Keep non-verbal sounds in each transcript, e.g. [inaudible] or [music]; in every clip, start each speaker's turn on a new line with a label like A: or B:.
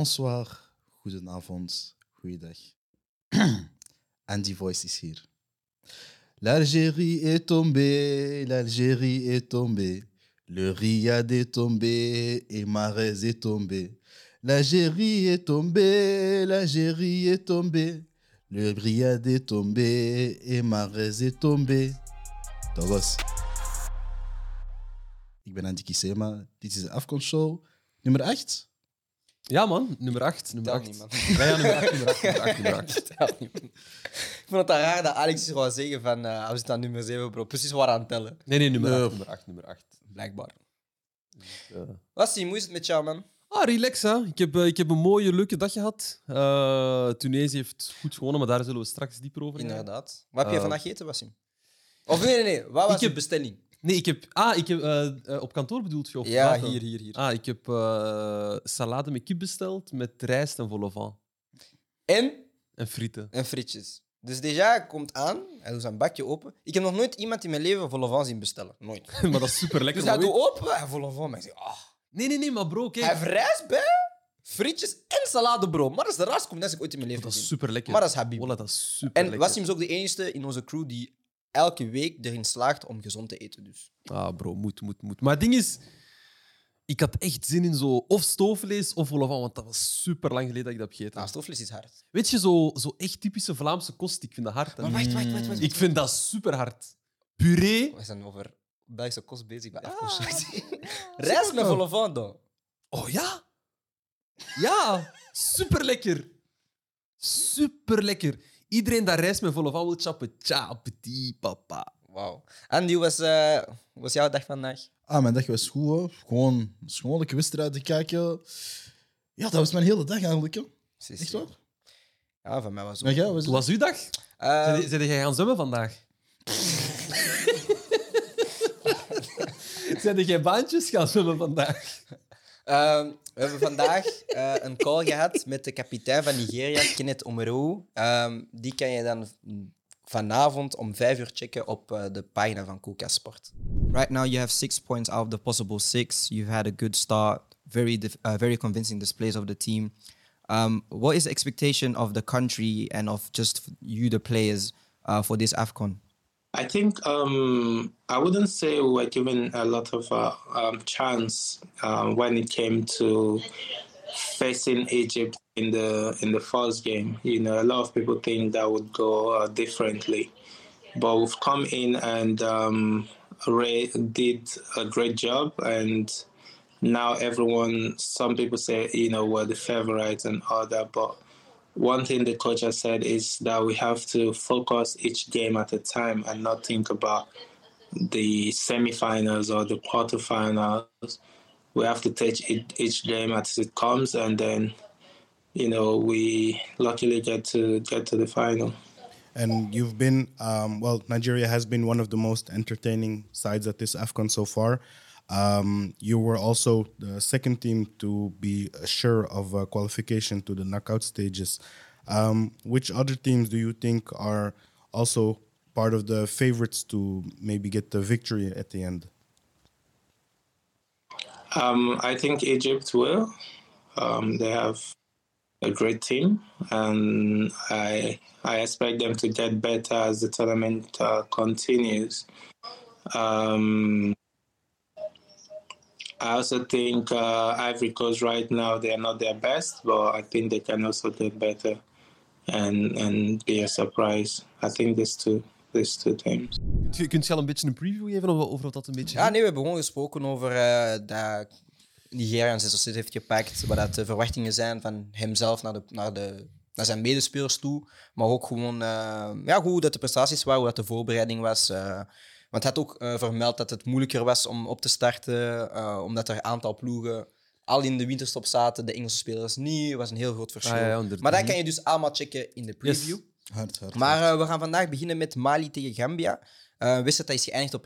A: Bonsoir, goedenavond, goeiedag. [clears throat] Andy Voice is hier. L'Algérie est tombée, l'Algérie est tombée. Le Riyad est tombé et Marez est tombé. L'Algérie est tombée, l'Algérie est tombée. Le Riyad est tombé et Marez est tombé. Togos. Ik ben Andy Kisema. Dit is de Afcon Show nummer 8.
B: Ja, man. Nummer 8. Nummer
C: Tel
B: 8.
C: niet, man.
B: Ja, ja, nummer 8, nummer 8, nummer 8, nummer
C: [laughs]
B: 8.
C: Tel niet, man. [laughs] Ik vond het dan raar dat Alex zou zeggen van eh we zitten aan nummer 7, bro. Precies waar aan het tellen.
B: Nee, nee, nummer
A: Nee.
B: 8, nummer 8, nummer 8.
C: Blijkbaar.
B: Eh.
C: Wassim, hoe is het met jou, man?
B: Ah, relax, hè. Ik heb, eh, ik heb een mooie, leuke dag gehad. Eh Tunesië heeft goed gewonnen, maar daar zullen we straks dieper over gaan.
C: Inderdaad. Wat heb je
B: Eh.
C: vandaag gegeten, Wassim? Of nee, nee, nee. Wat was
B: Ik heb-
C: je bestelling?
B: Nee, ik heb... Ah, ik heb... eh, eh, op kantoor bedoelt je? Of
C: Ja,
B: buiten?
C: hier, hier, hier.
B: Ah, ik heb eh, salade met kip besteld, met rijst en vol au vent.
C: En,
B: En frieten. [laughs]
C: en frietjes. Dus déjà komt aan, hij doet zijn bakje open. Ik heb nog nooit iemand in mijn leven vol au vent zien bestellen. Nooit.
B: maar dat is super lekker.
C: Dus hij doet open, hij vol au vent. Maar ik zeg, ah.
B: Nee, nee, nee, maar bro, kijk.
C: Hij heeft rijst bij, frietjes en salade, bro. Maar dat is de raarste combinatie die ik ooit in mijn leven
B: Dat is
C: gezien.
B: super lekker.
C: Maar dat is Habib.
B: Voilà, dat is super
C: En
B: lekker.
C: Wassim is ook de enige in onze crew die elke week erin slaagt om gezond te eten. Dus.
B: Ah, bro, moet, moet, moet. Maar het ding is, ik had echt zin in zo of stoofvlees of vol au vent, want dat was super lang geleden dat ik dat heb gegeten.
C: Ah, stoofvlees is hard.
B: Weet je, zo, zo echt typische Vlaamse kost, ik vind dat hard. hè.
C: Maar wacht, wacht, wacht. wacht, wacht.
B: Ik vind dat super hard. Puree.
C: We zijn over Belgische kost bezig bij
B: Ja.
C: [laughs] Afkoosjes. Rijst met volle van dan.
B: Oh ja? Ja, super lekker. Super lekker. Iedereen dat reist met vol au vent wil chappen. Chappen, die papa.
C: Wauw. Andy, hoe was, eh, hoe was jouw dag vandaag?
A: Ah, mijn dag was goed, hoor. Gewoon een schoonlijke wedstrijd te kijken. Ja, dat was mijn hele dag eigenlijk, joh. Echt waar?
C: Ja, van mij was het
A: En
C: ook.
A: jij? Was
B: Hoe
A: het?
B: was uw dag?
C: Eh,
B: Zijn jij gaan zwemmen [laughs] vandaag? Zijn jij baantjes gaan zwemmen vandaag?
C: Ehm, we hebben vandaag eh, een call gehad met de kapitein van Nigeria, Kenneth Omeru. Ehm, die kan je dan vanavond om vijf uur checken op eh, de pagina van Kuka Sport. Right now you have six points out of the possible six. You've had a good start. Very, dif- uh, very convincing displays of the team. Um, what is the expectation of the country and of just you, the players, uh, for this AFCON?
D: I think um, I wouldn't say we were given a lot of uh, um, chance um, when it came to facing Egypt in the in the first game. You know, a lot of people think that would go uh, differently, but we've come in and um, Ray did a great job, and now everyone. Some people say you know we're the favorites and all that, but one thing the coach has said is that we have to focus each game at a time and not think about the semifinals or the quarterfinals. We have to take each- each game as it comes, and then you know we luckily get to get to the final.
E: and you've been um, well nigeria has been one of the most entertaining sides at this afcon so far um, you were also the second team to be sure of uh, qualification to the knockout stages um, which other teams do you think are also part of the favorites to maybe get the victory at the end
D: Um, I think Egypt will. Um, they have a great team, and I I expect them to get better as the tournament uh, continues. Um, I also think uh, Ivory Coast right now they are not their best, but I think they can also get better and and be a surprise. I think these two these two teams.
B: Kunt je, kunt je al een beetje een preview geven over, over wat dat een beetje
C: Ja, nee, we hebben gewoon gesproken over eh, dat Nigeria een 6 of 6 heeft gepakt. Wat dat de verwachtingen zijn van hemzelf naar, de, naar, de, naar zijn medespelers toe. Maar ook gewoon eh, ja, hoe dat de prestaties waren, hoe dat de voorbereiding was. eh. want hij had ook eh, vermeld dat het moeilijker was om op te starten, eh, omdat er een aantal ploegen al in de winterstop zaten, de Engelse spelers niet. Het was een heel groot verschil.
B: Ah, ja, inderdaad.
C: maar dat kan je dus allemaal checken in de
B: Yes.
C: preview.
A: Hard, hard.
C: Maar eh, we gaan vandaag beginnen met Mali tegen Gambia. Eh wist dat hij is geëindigd op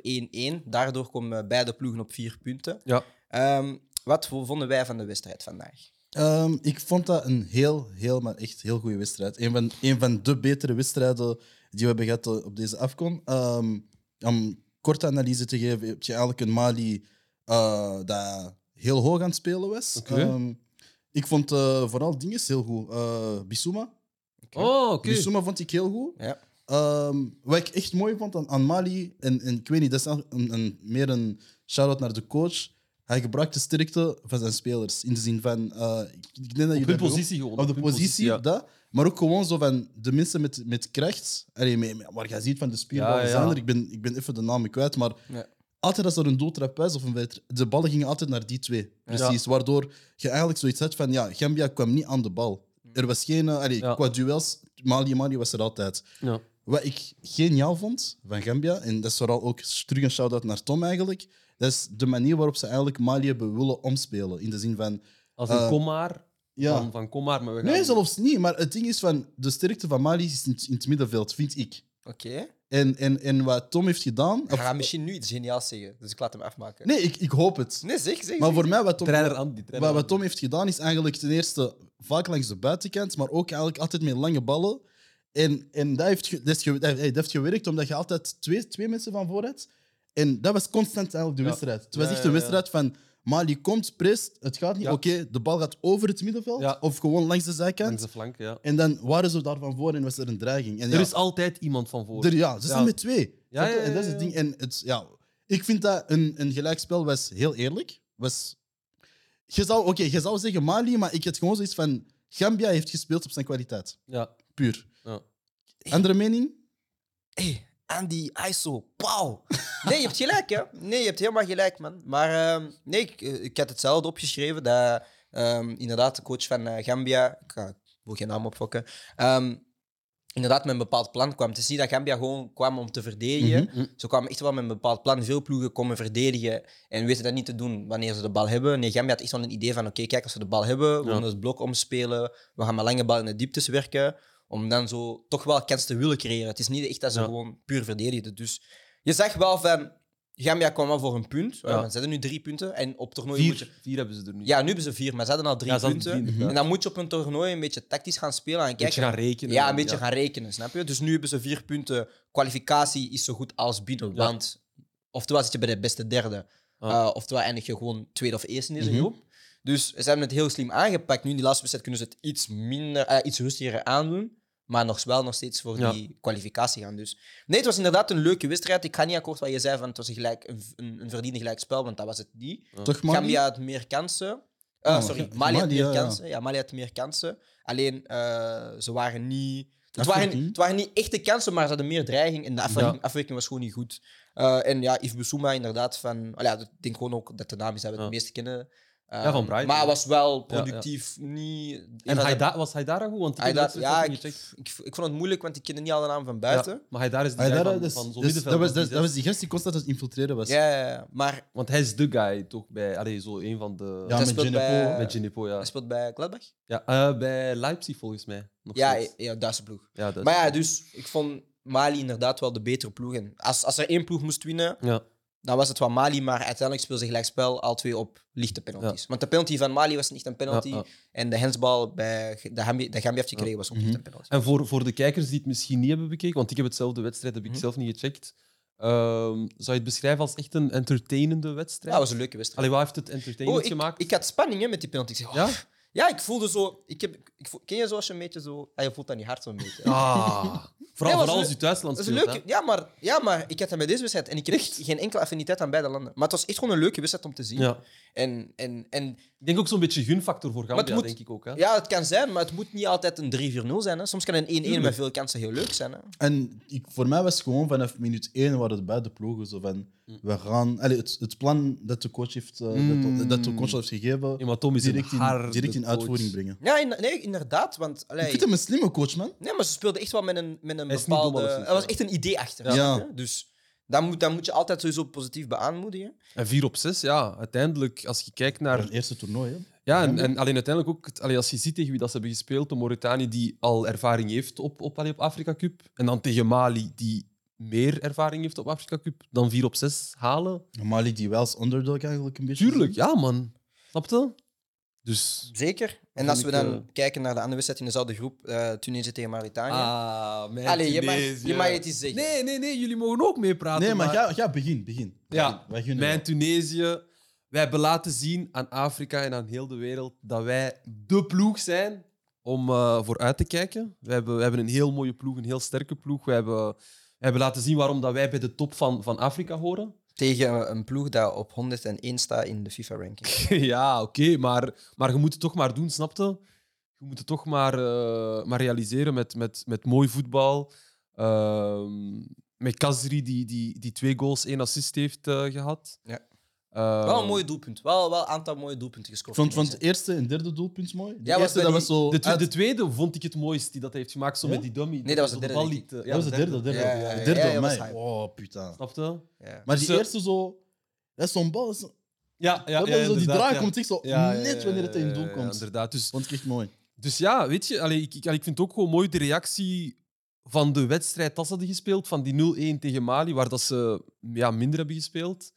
C: 1-1. Daardoor komen eh, beide ploegen op vier punten.
B: Ja.
C: Ehm, wat vo- vonden wij van de wedstrijd vandaag?
A: Ehm, ik vond dat een heel, heel, maar echt heel goede wedstrijd. Een van, een van de betere wedstrijden die we hebben gehad eh, op deze afcon. Ehm, om korte analyse te geven, heb je eigenlijk een Mali eh, dat heel hoog aan het spelen was.
B: Oké.
A: Ehm, Ik vond eh, vooral dingen heel goed. Eh Bissouma.
B: Oh, oké.
A: Bissouma vond ik heel goed.
C: Ja.
A: Ehm, wat ik echt mooi vond aan, aan Mali, en, en ik weet niet, dat is een, een- een- meer een shout-out naar de coach. Hij gebruikte sterkte van zijn spelers. In de zin van, eh, ik, ik denk dat
B: Op
A: je
B: hun positie gewoon.
A: op de
B: hun
A: positie,
B: ja.
A: dat. Maar ook gewoon zo van de mensen met, met kracht. Allee, met- met- waar je ziet van de
B: Ja,
A: spierballen
B: ja, ja.
A: zijn er. Ik ben, ik ben even de namen kwijt. Maar
C: Ja.
A: altijd als er een doeltrap was of een wedstrijd, de ballen gingen altijd naar die twee. Precies. Waardoor je eigenlijk zoiets had van, ja, Gambia kwam niet aan de bal. Er was geen, eh, allee,
B: Ja.
A: qua duels, Mali, Mali was er altijd.
B: Ja.
A: Wat ik geniaal vond van Gambia, en dat is vooral ook terug een shout-out naar Tom eigenlijk, dat is de manier waarop ze eigenlijk Mali hebben willen omspelen. In de zin van...
B: Als een
A: Eh,
B: kom maar.
A: Ja,
B: Van, van kom maar, maar we gaan...
A: Nee, zelfs niet. Maar het ding is van de sterkte van Mali is in, in het middenveld, vind ik.
C: Oké.
A: En, en, en wat Tom heeft gedaan.
C: Hij
A: of-
C: gaat misschien nu iets geniaals zeggen, dus ik laat hem afmaken.
A: nee, ik, ik hoop het.
C: Nee, zeg, zeg.
A: Maar
C: zeg.
A: voor mij, wat Tom,
B: Trainer Andy. trainer
A: wat, wat
B: Andy.
A: Tom heeft gedaan, is eigenlijk ten eerste vaak langs de buitenkant, maar ook eigenlijk altijd met lange ballen. En, en dat, heeft, ge- dat, is ge- dat heeft- dat heeft gewerkt omdat je altijd twee, twee mensen van voor hebt. En dat was constant eigenlijk de
B: Ja.
A: wedstrijd. Het was
B: Ja,
A: echt
B: ja,
A: een
B: ja.
A: wedstrijd van Mali komt, prest, het gaat niet.
B: Ja.
A: Oké, de bal gaat over het middenveld
B: Ja.
A: of gewoon langs de zijkant.
B: Langs de flank, ja.
A: En dan waren ze daarvan voor en was er een dreiging. En ja,
B: Er is altijd iemand van voor.
A: er- ja, ze zijn
B: Ja.
A: met twee.
B: Ja,
A: Snap je?
B: ja, ja,
A: En dat is het
B: ja.
A: ding. En het, ja, ik vind dat een, een gelijkspel was heel eerlijk. Was, je, zou, oké, je zou zeggen Mali, maar ik had gewoon zoiets van... Gambia heeft gespeeld op zijn kwaliteit.
B: Ja.
A: Puur.
B: Ja.
A: Andere mening?
C: hey, Andy, ISO, pauw. Nee, je hebt gelijk, hè? Nee, je hebt helemaal gelijk, man. Maar ehm, nee, ik, eh, ik had hetzelfde opgeschreven. Dat ehm, inderdaad de coach van eh, Gambia, ik, ga- ik wil geen naam opfokken, ehm, inderdaad met een bepaald plan kwam. Het is niet dat Gambia gewoon kwam om te verdedigen.
B: Mhm,
C: Ze kwamen echt wel met een bepaald plan. Veel ploegen komen verdedigen en weten dat niet te doen wanneer ze de bal hebben. Nee, Gambia had echt wel een idee van, oké, kijk, als we de bal hebben, we
B: Ja.
C: gaan het blok omspelen, we gaan met lange bal in de dieptes werken, om dan zo toch wel kans te willen creëren. Het is niet echt dat ze
B: Ja.
C: gewoon puur verdedigen. Dus je zag wel van, Gambia kwam wel voor een punt. Eh,
B: Ja.
C: Ze hadden nu drie punten en op toernooi moet je...
B: Vier, vier hebben ze er nu.
C: Ja, nu hebben ze vier, maar ze hadden al drie
B: Ja, Nou, ze hadden
C: punten.
B: drie, inderdaad.
C: en dan moet je op een toernooi een beetje tactisch gaan spelen en
B: Een beetje
C: kijken
B: gaan rekenen.
C: ja, een beetje gaan rekenen, snap je? Dus nu hebben ze vier punten. Kwalificatie is zo goed als binnen.
B: Ja.
C: Want oftewel zit je bij de beste derde.
B: Ah.
C: eh, oftewel eindig je gewoon tweede of eerste in deze
A: Mhm.
C: groep. Dus ze hebben het heel slim aangepakt. Nu in die laatste wedstrijd kunnen ze het iets, minder, eh, iets rustiger aandoen. Maar nog wel nog steeds voor
B: Ja.
C: die kwalificatie gaan. Dus nee, het was inderdaad een leuke wedstrijd. Ik ga niet akkoord wat je zei van het was een, gelijk, een, een, een verdiende gelijkspel, want dat was het niet.
A: Toch Mali?
C: Gambia had meer kansen. Eh,
A: Ah,
C: sorry,
A: Ga-
C: Mali had
A: Mali,
C: meer
A: ja, ja.
C: kansen. Ja, Mali had meer kansen. Alleen, eh, ze waren niet... Het waren,
A: Afwerking.
C: het waren niet echte kansen, maar ze hadden meer dreiging. En de afwerking, afwerking was gewoon niet goed. Eh, en ja, Yves Bissouma inderdaad van... Allee, ja, ik denk gewoon ook dat de naam is dat we het
B: Ja.
C: meeste kennen. Eh,
B: Ja, van Brighton.
C: Maar hij was wel
B: Ja, ja.
C: productief, niet...
B: En
C: hij
B: Haida, was Haidara goed? Want ik heb
C: Haidara-
B: dat wedstrijd
C: ja,
B: nog niet gecheckt.
C: ik, ik vond het moeilijk, want ik kende niet al de naam van
B: Ja,
C: buiten.
B: maar Haidara is de
A: Ah,
B: guy
A: daar,
B: van,
A: dus-
B: van zo'n
A: dus dat,
B: middenveld.
A: was, dat, dat was die gast die constant aan het infiltreren was.
C: Ja, ja, ja. maar
B: Want hij is de guy toch bij... Allee, zo een van de...
A: Ja,
C: Dat
A: met
C: speelt
A: Ginepo.
C: bij-
B: Met Ginepo, ja.
C: hij speelt bij Gladbach?
B: ja eh, bij Leipzig volgens mij. Nog
C: Ja,
B: steeds.
C: ja, Duitse ploeg.
B: ja dat-
C: Maar ja, dus ik vond Mali inderdaad wel de betere ploeg. En als, als er één ploeg moest winnen,
B: Ja.
C: dan was het wel Mali. Maar uiteindelijk speelden ze gelijkspel al twee op lichte penalties. Want de penalty van Mali was niet een penalty.
B: Ja, ja.
C: En de handsbal bij de Gambia, de Gambia heeft gekregen was ook niet
A: Mhm.
C: een penalty.
B: En voor, voor de kijkers die het misschien niet hebben bekeken, want ik heb hetzelfde wedstrijd, heb ik
C: Mhm.
B: zelf niet gecheckt. Ehm, zou je het beschrijven als echt een entertainende wedstrijd?
C: Ja, dat was een leuke wedstrijd.
B: Allee, wat heeft het entertainend
C: Nou, Oh, ik,
B: gemaakt?
C: ik had spanning hè, met die penalty. Ik zeg, oh,
B: Ja?
C: ja, ik voelde zo... Ik heb, ik voel- ken je zoals je een beetje zo... Ah, je voelt dat niet hard zo'n beetje. [laughs]
B: Ah, vooral,
C: was
B: vooral als
C: leuk.
B: je thuisland
C: Dat is een
B: speelt.
C: leuke,
B: hè.
C: ja, maar, ja, maar ik had dat bij deze wedstrijd en ik kreeg geen enkele affiniteit aan beide landen. Maar het was echt gewoon een leuke wedstrijd om te zien.
B: Ja.
C: En, en, en
B: Ik denk ook zo'n beetje gunfactor voor
C: het
B: Gambia,
C: moet-
B: denk ik ook. Hè?
C: Ja, het kan zijn, maar het moet niet altijd een 3-4-0 zijn. Hè. Soms kan een 1-1 met veel kansen heel leuk zijn. Hè.
A: En ik, voor mij was het gewoon vanaf minuut één waren het beide ploegen zo van...
B: Mm.
A: We gaan... Allee, het, het plan dat de coach heeft, eh,
B: Mm.
A: dat, dat de coach heeft gegeven...
B: Ja, maar Tom is
A: direct
B: een
A: in,
B: harde
A: direct in
B: coach.
A: uitvoering brengen.
C: Ja, in- nee, inderdaad. Want, allee,
A: Ik vind hem een slimme coach, man.
C: nee, maar ze speelden echt wel met een, met een
B: Hij is niet
C: bepaalde...
B: dom, alleszins,
C: Er was
B: ja.
C: echt een idee achter.
A: Ja.
C: snap je? Dus dat moet, dat moet je altijd sowieso positief beaanmoedigen.
B: En 4 op 6, ja. Uiteindelijk, als je kijkt
A: Voor
B: naar
A: een eerste toernooi, hè.
B: Ja, en, en alleen uiteindelijk ook, het- allee, als je ziet tegen wie dat ze hebben gespeeld, de Mauritanië die al ervaring heeft op, op, allee, op Afrika Cup, en dan tegen Mali die meer ervaring heeft op Afrika Cup, dan 4 op 6 halen.
A: Mali die wel als underdog eigenlijk een beetje.
B: Tuurlijk, ja man. Snap je? Dus...
C: Zeker. En
B: Dat
C: als we
B: vind
C: dan
B: ik, eh,
C: kijken naar de andere wedstrijd in dezelfde groep, eh, Tunesië tegen Mauritanië.
B: Ah, mijn
C: Allee, je mag, je mag het eens zeggen.
B: Nee, nee, nee, jullie mogen ook meepraten.
A: Nee, maar ga, ga begin, begin.
B: Ja,
A: Wij gunnen
B: mijn Tunesië. Wij hebben laten zien aan Afrika en aan heel de wereld dat wij de ploeg zijn om eh, vooruit te kijken. We hebben, we hebben een heel mooie ploeg, een heel sterke ploeg. We hebben, we hebben laten zien waarom dat wij bij de top van, van Afrika horen. [laughs]
C: Tegen een ploeg dat op 101 staat in
B: Ehm.
C: de FIFA-ranking.
B: ja, oké, maar, maar je moet het toch maar doen, snapte? Je moet het toch maar, eh, maar realiseren met, met, met mooi voetbal. Ehm, met Kazri, die, die, die twee goals, één assist heeft eh, gehad.
C: Ja.
B: Ehm,
C: Wel een mooi doelpunt. Wel wel een aantal mooie doelpunten gescoord.
A: Ik vond, vond het eerste en derde doelpunt mooi. De
C: Ja, was
A: eerste,
C: bij
A: dat was
C: die-
A: zo...
B: De, twe-
A: uit-
B: de tweede vond ik het mooist die dat hij heeft gemaakt, zo
A: Ja?
B: met die dummy.
C: Nee, dat was de
B: hij zo
C: derde, denk
B: liet, eh,
A: dat was de derde, derde.
C: Ja, ja,
A: De
C: ja,
A: derde
C: ja,
A: op
C: ja,
A: mij.
C: was hype.
A: Oh, puta.
B: Snap je?
C: Ja.
A: Maar die
B: Dus, eh,
A: eerste zo... Dat is zo'n bal. dat is-
B: Ja, ja,
A: dat
B: ja,
A: is zo, die
B: inderdaad,
A: draai
B: ja.
A: komt echt zo
B: Ja, ja,
A: net
B: ja,
A: wanneer het in
B: ja,
A: het doel
B: ja, ja,
A: komt.
B: inderdaad. Dus
A: vond ik echt mooi.
B: Dus ja, weet je, allee, ik, ik, allee, ik vind het ook gewoon mooi de reactie van de wedstrijd dat ze hadden gespeeld, van die 0-1 tegen Mali, waar dat ze ja, minder hebben gespeeld.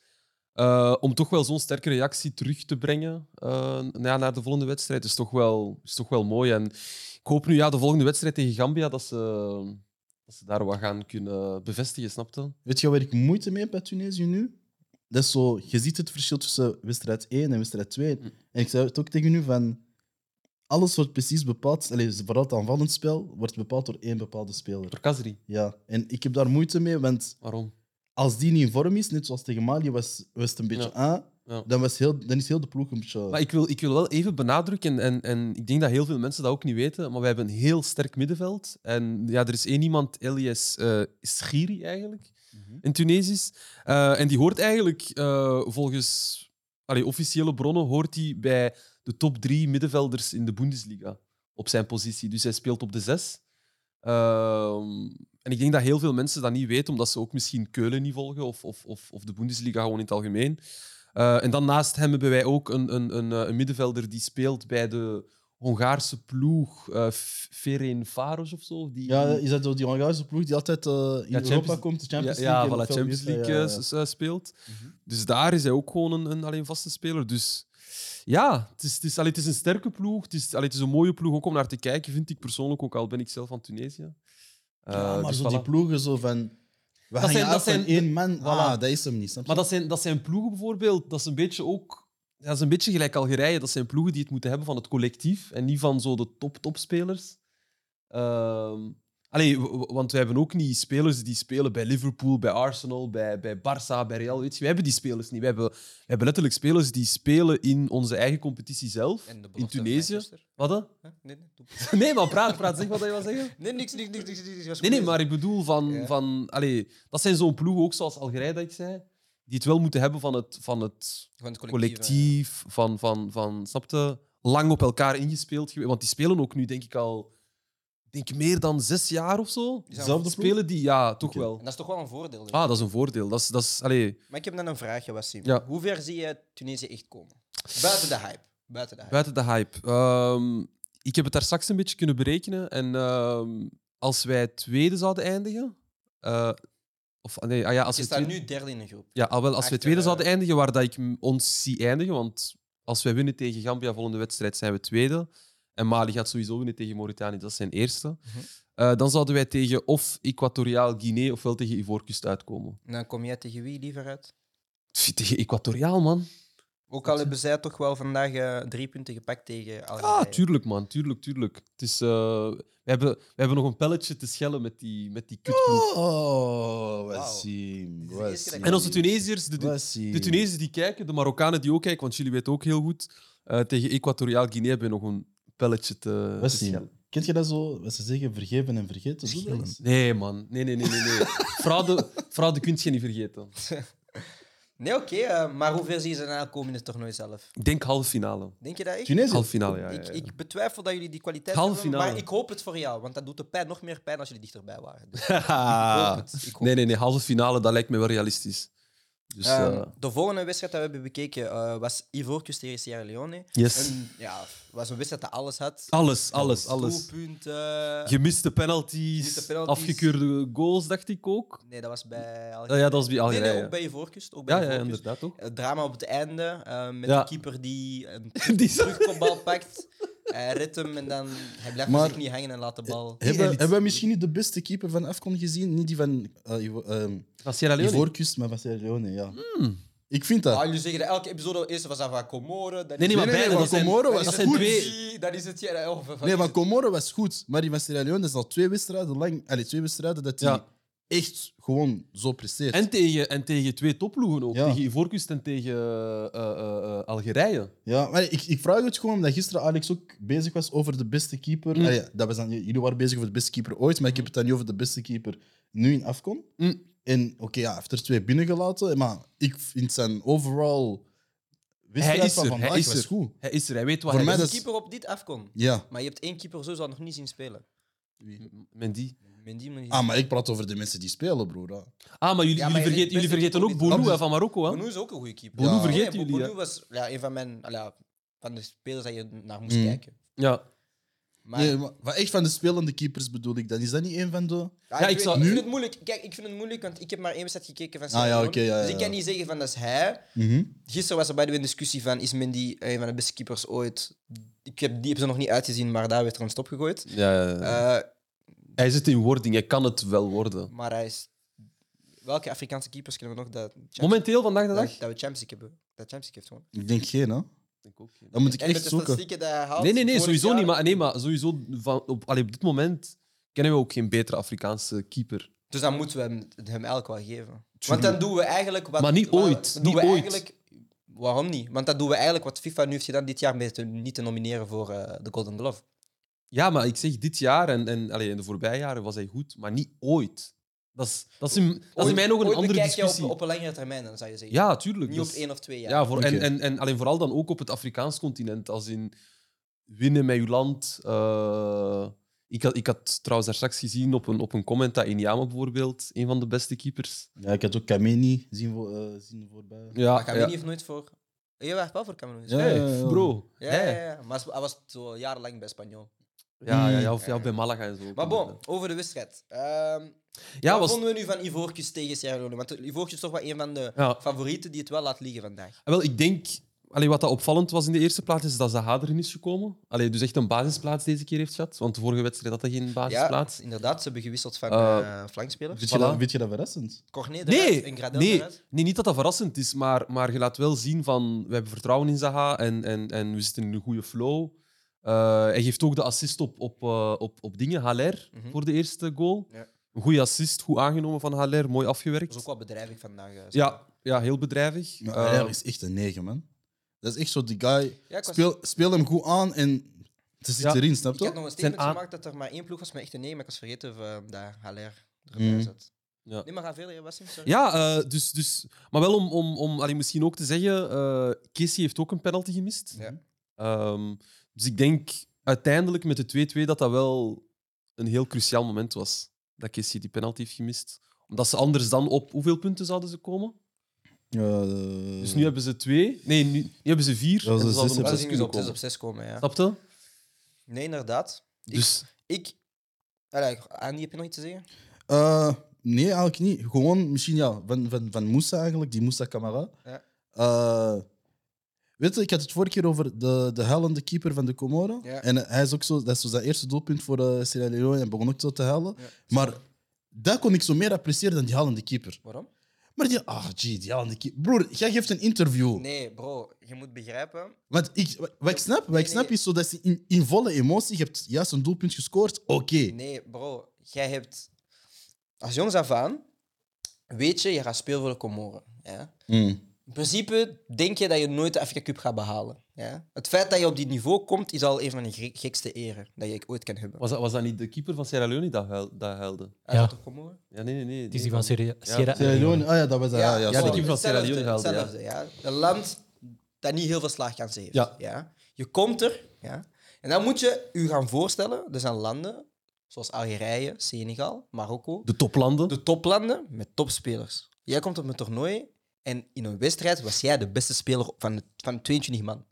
B: eh, om toch wel zo'n sterke reactie terug te brengen eh, nou ja, naar de volgende wedstrijd is toch, wel, is toch wel mooi. En ik hoop nu ja, de volgende wedstrijd tegen Gambia dat ze, dat ze daar wat gaan kunnen bevestigen, snapte?
A: Weet je waar ik moeite mee heb bij Tunesië nu? Dat is zo, je ziet het verschil tussen wedstrijd 1 en wedstrijd 2.
B: Hm.
A: En ik zei het ook tegen u van... Alles wordt precies bepaald, allee, vooral het aanvallend spel, wordt bepaald door één bepaalde speler.
B: Door Kazri,
A: Ja, en ik heb daar moeite mee, want
B: waarom?
A: als die niet in vorm is, net zoals tegen Mali was, was het een beetje
B: Ja.
A: aan,
B: Ja.
A: dan, was heel, dan is heel de ploeg een beetje...
B: Maar ik wil, ik wil wel even benadrukken, en, en ik denk dat heel veel mensen dat ook niet weten, maar wij hebben een heel sterk middenveld. En ja, er is één iemand, Elias eh Schiri eigenlijk,
A: Mhm.
B: in Tunesisch. Eh, en die hoort eigenlijk, eh, volgens allee, officiële bronnen, hoort hij bij de top drie middenvelders in de Bundesliga op zijn positie. Dus hij speelt op de zes. Ehm, en ik denk dat heel veel mensen dat niet weten, omdat ze ook misschien Keulen niet volgen of, of, of, of de Bundesliga gewoon in het algemeen. Eh, en dan naast hem hebben wij ook een, een, een, eh, een middenvelder die speelt bij de Hongaarse ploeg eh Ferencváros of zo. Die,
A: Ja,
B: die-
A: is dat zo die Hongaarse ploeg die altijd eh, in Europa
B: Champions-
A: komt, de Champions Mhm.
B: ja,
A: League?
B: ja,
A: en
B: voilà,
A: veel
B: Champions
A: meer-
B: League
A: ja, ja,
B: eh,
A: ja.
B: s- eh, speelt. Dus daar is hij ook gewoon een, een alleen vaste speler. Dus ja, het is, het is, allee, het is een sterke ploeg. Het is, allee, het is een mooie ploeg ook om naar te kijken, vind ik persoonlijk. Ook al ben ik zelf van Tunesië. Eh,
A: Ja, maar
B: dus
A: zo
B: voilà.
A: die ploegen zo van... We
B: zijn-
A: gaan
B: dat
A: af van
B: zijn-
A: één man,
B: voilà.
A: ah, dat is hem niet, snap je?
B: Maar dat zijn, dat zijn ploegen bijvoorbeeld, dat is een beetje ook... Dat is een beetje gelijk Algerije. Dat zijn ploegen die het moeten hebben van het collectief en niet van zo de top-topspelers. Ehm allee, w- w- want wij hebben ook niet spelers die spelen bij Liverpool, bij Arsenal, bij, bij Barça, bij Real. Weet je, wij hebben die spelers niet. Wij hebben, wij hebben letterlijk spelers die spelen in onze eigen competitie zelf,
C: En de belofte
B: in
C: van
B: Tunesië.
C: Manchester.
B: Wat dan? [laughs]
C: Huh? Nee, nee, doe-
B: Nee, maar praat, praat. Zeg wat je wil zeggen.
C: nee, niks, niks, niks, niks, niks, niks.
B: Nee, nee, maar ik bedoel van...
C: Ja.
B: van allee, dat zijn zo'n ploegen, ook zoals Algerije dat ik zei, die het wel moeten hebben van het... Van het
C: Van het collectief.
B: collectief, van, van, van snapte, lang op elkaar ingespeeld. gewe- Want die spelen ook nu, denk ik, al denk meer dan zes jaar of zo.
C: Is dat
A: Zelfde ploeg?
B: Spelen die, ja, toch
A: Oké.
B: wel.
C: En dat is toch wel een voordeel. denk ik.
B: Ah, dat is een voordeel. Dat is, dat is, allee,
C: Maar ik heb dan een vraagje, Wassim.
B: Ja.
C: Hoe ver zie je Tunesië echt komen? Buiten de hype. Buiten de hype.
B: buiten de hype. Ehm, ik heb het daar straks een beetje kunnen berekenen. En ehm, als wij tweede zouden eindigen... eh, of, nee, ah ja, als
C: je
B: we
C: staat
B: tweede-
C: nu derde in de groep.
B: Ja, al wel, als wij
C: Achter,
B: tweede
C: eh,
B: zouden eindigen, waar dat ik m- ons zie eindigen, want als wij winnen tegen Gambia volgende wedstrijd zijn we tweede. En Mali gaat sowieso winnen tegen Mauritanië, dat is zijn eerste. Eh, dan zouden wij tegen of Equatoriaal Guinea ofwel tegen Ivoorkust uitkomen.
C: En dan kom jij tegen wie liever uit?
B: Pff, Tegen Equatoriaal, man.
C: Ook al hebben zij toch wel vandaag eh, drie punten gepakt tegen Algerije.
B: Ah, tuurlijk, man. Tuurlijk, tuurlijk. Het is, eh, we, hebben, we hebben nog een pelletje te schellen met die, met die kutploeg.
A: Oh, Wassim.
C: Dit is de eerste keer dat ik-
B: En onze Tunesiërs, de, de,
A: Wassim.
B: de Tunesiërs die kijken, de Marokkanen die ook kijken, want jullie weten ook heel goed, eh, tegen Equatoriaal Guinea hebben we nog een pelletje te, te schellen.
A: Wassim. Kent je dat zo? Wat ze zeggen, vergeven en vergeten. Zo dat is.
B: Nee, man. Nee, nee, nee, nee. nee. fraude, fraude kun je niet vergeten.
C: Nee, oké, eh, maar hoe ver zie je ze na komen in het toernooi zelf?
B: Ik denk halve finale.
C: Denk je dat echt?
A: Tunesië.
B: Halve finale, ja. ja, ja.
C: Ik, ik betwijfel dat jullie die kwaliteit
B: Halve
C: hebben,
B: finale.
C: maar ik hoop het voor jou, want dat doet de pijn nog meer pijn als jullie dichterbij waren. Dus ik hoop het. Ik hoop
B: nee, nee, nee. Halve finale, dat lijkt me wel realistisch. Dus, eh,
C: Ehm, de volgende wedstrijd dat we hebben bekeken eh, was Ivoorkust tegen Sierra Leone.
B: yes. Ah,
C: En, ja, was een wedstrijd dat alles had.
B: Alles, alles, alles.
C: Doelpunten.
B: Gemiste penalties,
C: eh, Gemiste penalties.
B: afgekeurde goals, dacht ik ook.
C: Nee, dat was bij
B: Eh,
C: Algerije.
B: ja, dat was bij
C: nee,
B: Algerije.
C: nee, ook bij Ivoorkust. Ook bij
B: ja, ja,
C: Ivoorkust.
B: inderdaad, toch?
C: Het drama op het einde eh, met
B: Ja.
C: de keeper die
B: [laughs]
C: een
B: Die zo-
C: terugkopbal pakt. Hij redt hem en dan hij blijft
A: Maar-
C: maar, niet hangen en laat
B: eh,
C: de bal.
A: Hebben, hebben we misschien niet de beste keeper van Afcon gezien? Niet die van eh Ivo- ehm,
B: Van Sierra Leone. Hmm.
A: Ivoorkust, maar van Sierra Leone, ja. Ik vind dat.
C: Ah, jullie zeggen dat elke episode, eerst was dat van Comoren.
B: Nee,
C: dan is
B: nee,
C: het-
B: maar
A: nee, nee,
B: beide,
A: maar
B: dat zijn-
A: Comoren was
B: dat zijn
A: goed.
B: twee...
C: Dan is het hier. Of, van-
A: Nee, maar Comoren was goed. Maar die van Sierra Leone dat is al twee wedstrijden lang. Allee, twee wedstrijden dat hij
B: Ja.
A: echt gewoon zo presteert.
B: En tegen, en tegen twee topploegen ook.
A: Ja.
B: Tegen Ivoorkust en tegen eh, eh, eh, Algerije.
A: Ja, maar ik, ik vraag het gewoon omdat gisteren Alex ook bezig was over de beste keeper.
B: Mm.
A: Ah ja, dat was dan, jullie waren bezig over de beste keeper ooit, maar ik heb het dan niet over de beste keeper nu in Afcon.
B: Mm.
A: En oké, ja, hij heeft er twee binnengelaten, maar ik vind zijn overall
B: Hij
A: wedstrijd
B: is
A: van
B: er,
A: vandaag
B: hij is
A: was
B: er.
A: goed.
B: Hij is er, hij weet wat
A: Voor
B: hij
A: mij
B: is.
A: dat
C: een
A: is-
C: keeper op dit afkom.
A: Ja.
C: Maar je hebt één keeper sowieso nog niet zien spelen.
B: Mendy.
C: Met die manier.
A: Ah, maar ik praat over de mensen die spelen, broer. hè.
B: Ah, maar jullie,
C: Ja,
B: jullie,
C: maar je
B: vergeten,
C: bent-
B: jullie vergeten
C: bent
B: ook
C: ook niet-
B: Bonou hè, van Marokko. Hè?
C: Bonou is ook een goede keeper.
A: Bonou
B: vergeten
C: Bo-
B: jullie, ja.
C: Bonou was ja, een van mijn. Ja, van de spelers dat je naar moest
A: Mm.
C: kijken.
B: Ja.
C: Maar,
A: Nee, maar van- echt van de spelende keepeers bedoel ik dan. Is dat niet een van de...
C: Ah,
B: Ja,
C: ik,
B: ik
C: weet-
B: zou-
C: ik vind
A: Nu-
C: het moeilijk. Kijk, ik vind het moeilijk, want ik heb maar één wedstrijd gekeken van
A: ja,
C: Sierra Leone.
A: oké, ja, ja,
C: Dus ik kan
A: ja.
C: niet zeggen van dat is hij.
A: Mhm.
C: Gisteren was er bij de een discussie van is Mendy een van de beste keepers ooit. Ik heb die hebben ze nog niet uitgezien, maar daar werd er een stop gegooid.
B: Ja, ja, ja.
C: Eh,
B: hij zit in wording, hij kan het wel worden.
C: maar hij is. Welke Afrikaanse keepers kunnen we nog dat Champions-
B: Momenteel, vandaag de
C: dat,
B: dag?
C: dat we Champions League hebben? Dat Champions League heeft gewoon.
A: Ik denk geen, hè. Dan moet ik
C: En met
A: echt
C: de
A: zoeken.
C: statistieken die hij haalt.
B: Nee, nee, nee,
C: vorig
B: sowieso
C: jaar-
B: niet. Maar, nee, maar sowieso van, op, allee, op dit moment kennen we ook geen betere Afrikaanse keelper.
C: Dus dan moeten we hem, hem elk wel geven. Want dan doen we eigenlijk wat.
B: Maar niet
C: wat-
B: ooit,
C: doen
B: niet
C: we
B: ooit.
C: Eigenlijk, waarom niet? Want dan doen we eigenlijk wat FIFA nu heeft gedaan dit jaar met te- niet te nomineren voor eh, de Golden Glove.
B: Ja, maar ik zeg dit jaar en, en allee, in de voorbije jaren was hij goed, maar niet ooit. Dat is, dat is, in, dat is in mij nog een
C: Ooit
B: andere
C: bekijk je
B: discussie.
C: Op, op een langere termijn, dan zou je zeggen.
B: Ja, tuurlijk.
C: niet
B: dat
C: op
B: is-
C: één of twee jaar.
B: Ja, voor, en,
A: Oké.
B: en, en alleen vooral dan ook op het Afrikaans continent. Als in winnen met je land. eh, ik, had, ik had trouwens daar straks gezien op een, op een comment dat Inyama bijvoorbeeld een van de beste keepers.
A: Ja, ik had ook Kameni zien, voor, eh, zien voorbij.
B: Ja,
C: Maar Kamini heeft nooit voor. Je werd wel voor Kamini.
A: Ja,
C: Ja,
B: Hey,
A: ja, ja.
B: bro.
C: ja,
B: Hey.
C: ja, ja. Maar hij was zo jarenlang bij Spanje.
B: Ja,
A: Mm.
B: ja, ja, of ja, bij Malaga en zo.
C: Maar bon, over de wedstrijd. Ehm
B: Ja,
C: wat
B: was,
C: vonden we nu van Ivoortjes tegen Sierra Leone? Want Ivoortjes is toch wel een van de
B: ja. Ah,
C: favorieten die het wel laat liggen vandaag.
B: Wel, ik denk... Allee, wat dat opvallend was in de eerste plaats, is dat Zaha erin is gekomen. Allee, dus echt een basisplaats deze keer heeft gehad. Want de vorige wedstrijd had hij geen basisplaats.
C: Ja, inderdaad. Ze hebben gewisseld van
B: Eh,
C: eh flankspeler.
A: Vind je, dat,
B: Voilà.
A: vind je dat verrassend?
C: Cornet
B: Nee,
C: eruit en Gradel
B: nee,
C: eruit.
B: nee, niet dat dat verrassend is, maar, maar je laat wel zien van we hebben vertrouwen in Zaha en, en, en we zitten in een goede flow. Eh, hij geeft ook de assist op, op, eh, op, op dingen, Haller,
C: Mhm.
B: voor de eerste goal.
C: Ja.
B: Een goede assist, goed aangenomen van Haller, mooi
C: Dat
B: afgewerkt.
C: is ook wel bedrijvig vandaag. eh,
B: ja, ja, heel bedrijvig.
A: Maar
B: Eh,
A: Haller is echt een negen, man. Dat is echt zo die guy...
C: Ja, ik, was-
A: Speel, speel hem goed aan en het zit
B: Ja.
A: erin, snap
C: ik
A: je?
C: had nog een
B: Zijn
C: statement
B: aan-
C: gemaakt dat er maar één ploeg was met echte nee, maar ik was vergeten of, eh, dat Haller erbij
A: Mm.
C: zat.
B: Ja.
C: Nee, maar ga verder, Wassim. sorry.
B: Ja, eh, dus, dus, maar wel om, om, om allee, misschien ook te zeggen, eh Casey heeft ook een penalty gemist.
C: Ja.
B: Ehm, dus ik denk uiteindelijk met de 2-2 dat dat wel een heel cruciaal moment was. Dat Casey die penalty heeft gemist. Omdat ze anders dan op hoeveel punten zouden ze komen?
A: Eh,
B: Dus nu hebben ze twee. Nee, nu, nu hebben ze vier.
A: Ja,
B: en
A: ze
B: ze zouden
A: zes
B: op
C: Dat
A: hebben
B: zes
C: is nu
B: kunnen
C: op 6
B: komen.
C: op 6 komen, ja.
B: Snap je?
C: Nee, inderdaad.
B: Dus
C: Ik... Allee, Andy, heb je nog iets te zeggen?
A: eh, nee, eigenlijk niet. Gewoon misschien ja, van, van, van Moussa eigenlijk, die Moussa Camara.
C: Ja.
A: Eh, weet je, ik had het vorige keer over de, de huilende keeper van de Comoren.
C: Ja.
A: En hij is ook zo, dat is zo zijn eerste doelpunt voor eh Sierra Leone en begon ook zo te huilen.
C: Ja.
A: Maar dat kon ik zo meer appreciëren dan die huilende keeper.
C: Waarom?
B: Oh.
A: Maar die, ah, gee, die huilende keeper. Broer, jij geeft een interview.
C: Nee, bro. Je moet begrijpen...
A: Want ik, wat- wat ik snap, wat
C: Nee,
A: ik snap
C: nee.
A: is zo dat ze in, in volle emotie, je hebt juist een doelpunt gescoord, oké.
C: Nee, bro. Jij hebt... Als jongs af aan weet je, je gaat spelen voor de Comoren. Ja?
A: Mm.
C: In principe denk je dat je nooit de Afrika Cup gaat behalen. Ja? Het feit dat je op dit niveau komt, is al een van de gre- gekste eren dat je ooit kan hebben.
B: was dat, was dat niet de keeper van Sierra Leone dat, huil, dat huilde?
C: Uit
F: Ja.
C: de Comoren?
B: Ja, nee, nee. nee
F: Het is
B: nee,
F: die van Sierra Sierra
A: Sierra Leone,
F: Leone.
A: ah ja, dat was dat. Ja, ja,
B: ja,
A: sorry.
B: die- van Sierra Leone
C: Hetzelfde,
B: gehaald, ja.
C: hetzelfde, ja. Een land dat niet heel veel slaagkansen heeft.
B: Ja.
C: Je komt er, ja. en dan moet je je gaan voorstellen, er zijn landen zoals Algerije, Senegal, Marokko,
B: De toplanden.
C: de toplanden met topspelers. Jij komt op een toernooi en in een wedstrijd was jij de beste speler van, de, van 22 man.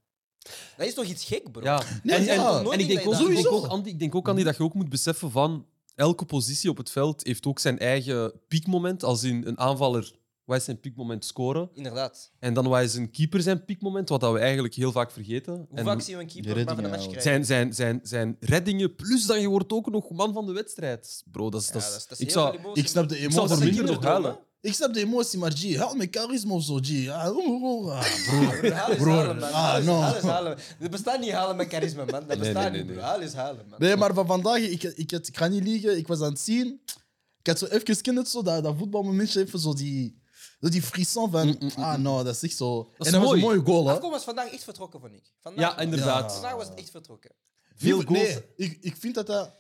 C: Dat is toch iets gek, bro?
B: Ja.
A: Nee,
B: en,
A: ja.
B: en-
C: Nooit
B: en ik
C: denk
B: denk
C: dat
B: ook,
C: je dat
B: ik denk
C: doet.
B: ook, Andy, ik denk ook Andy, dat je ook moet beseffen van elke positie op het veld heeft ook zijn eigen piekmoment. Als in een aanvaller, wat is zijn piekmoment scoren?
C: Inderdaad.
B: En dan wat is een keeper zijn piekmoment, wat dat we eigenlijk heel vaak vergeten.
C: Hoe
B: en nou.
C: vaak zien we een keeper maar van de
A: reddingen,
C: match
A: ja,
C: krijgen?
B: zijn, zijn, zijn, zijn reddingen, plus dan je wordt ook nog man van de wedstrijd. Bro, dat is...
C: Ja,
B: dat is-
C: dat is- dat
B: ik
C: is heel
B: zou,
C: veel emotie,
A: Ik snap de
B: ik zou
A: emotie.
B: voor
C: zijn
B: minder
C: kinderdromen,
B: huilen.
A: Ik snap de emotie, maar G, haal mijn charisma of zo, G. Ah, oeh, oeh, oeh, ah,
C: Broer, haal eens
A: [laughs] Broer,
C: halen, man.
A: ah,
C: Haal eens-
A: no.
C: haal eens halen. Dat bestaat niet halen met charisma, man. Dat
B: nee, nee,
C: bestaat niet,
B: nee.
C: broer. Haal eens halen, man.
A: Nee, maar van vandaag, ik, ik, had- ik ga niet liegen, ik was aan het zien. Ik had zo even kinderen, zo, dat, dat voetbalmomentje, even zo die, zo die frisson van, ah nou, dat is echt zo.
B: is
A: en dat was een
B: mooi.
A: mooie goal, hè.
C: Afkom was vandaag echt vertrokken, vond ik. Vandaag,
B: Ja, inderdaad.
C: Vandaag was het echt vertrokken.
B: Veel goals.
A: Nee, ik, ik vind dat dat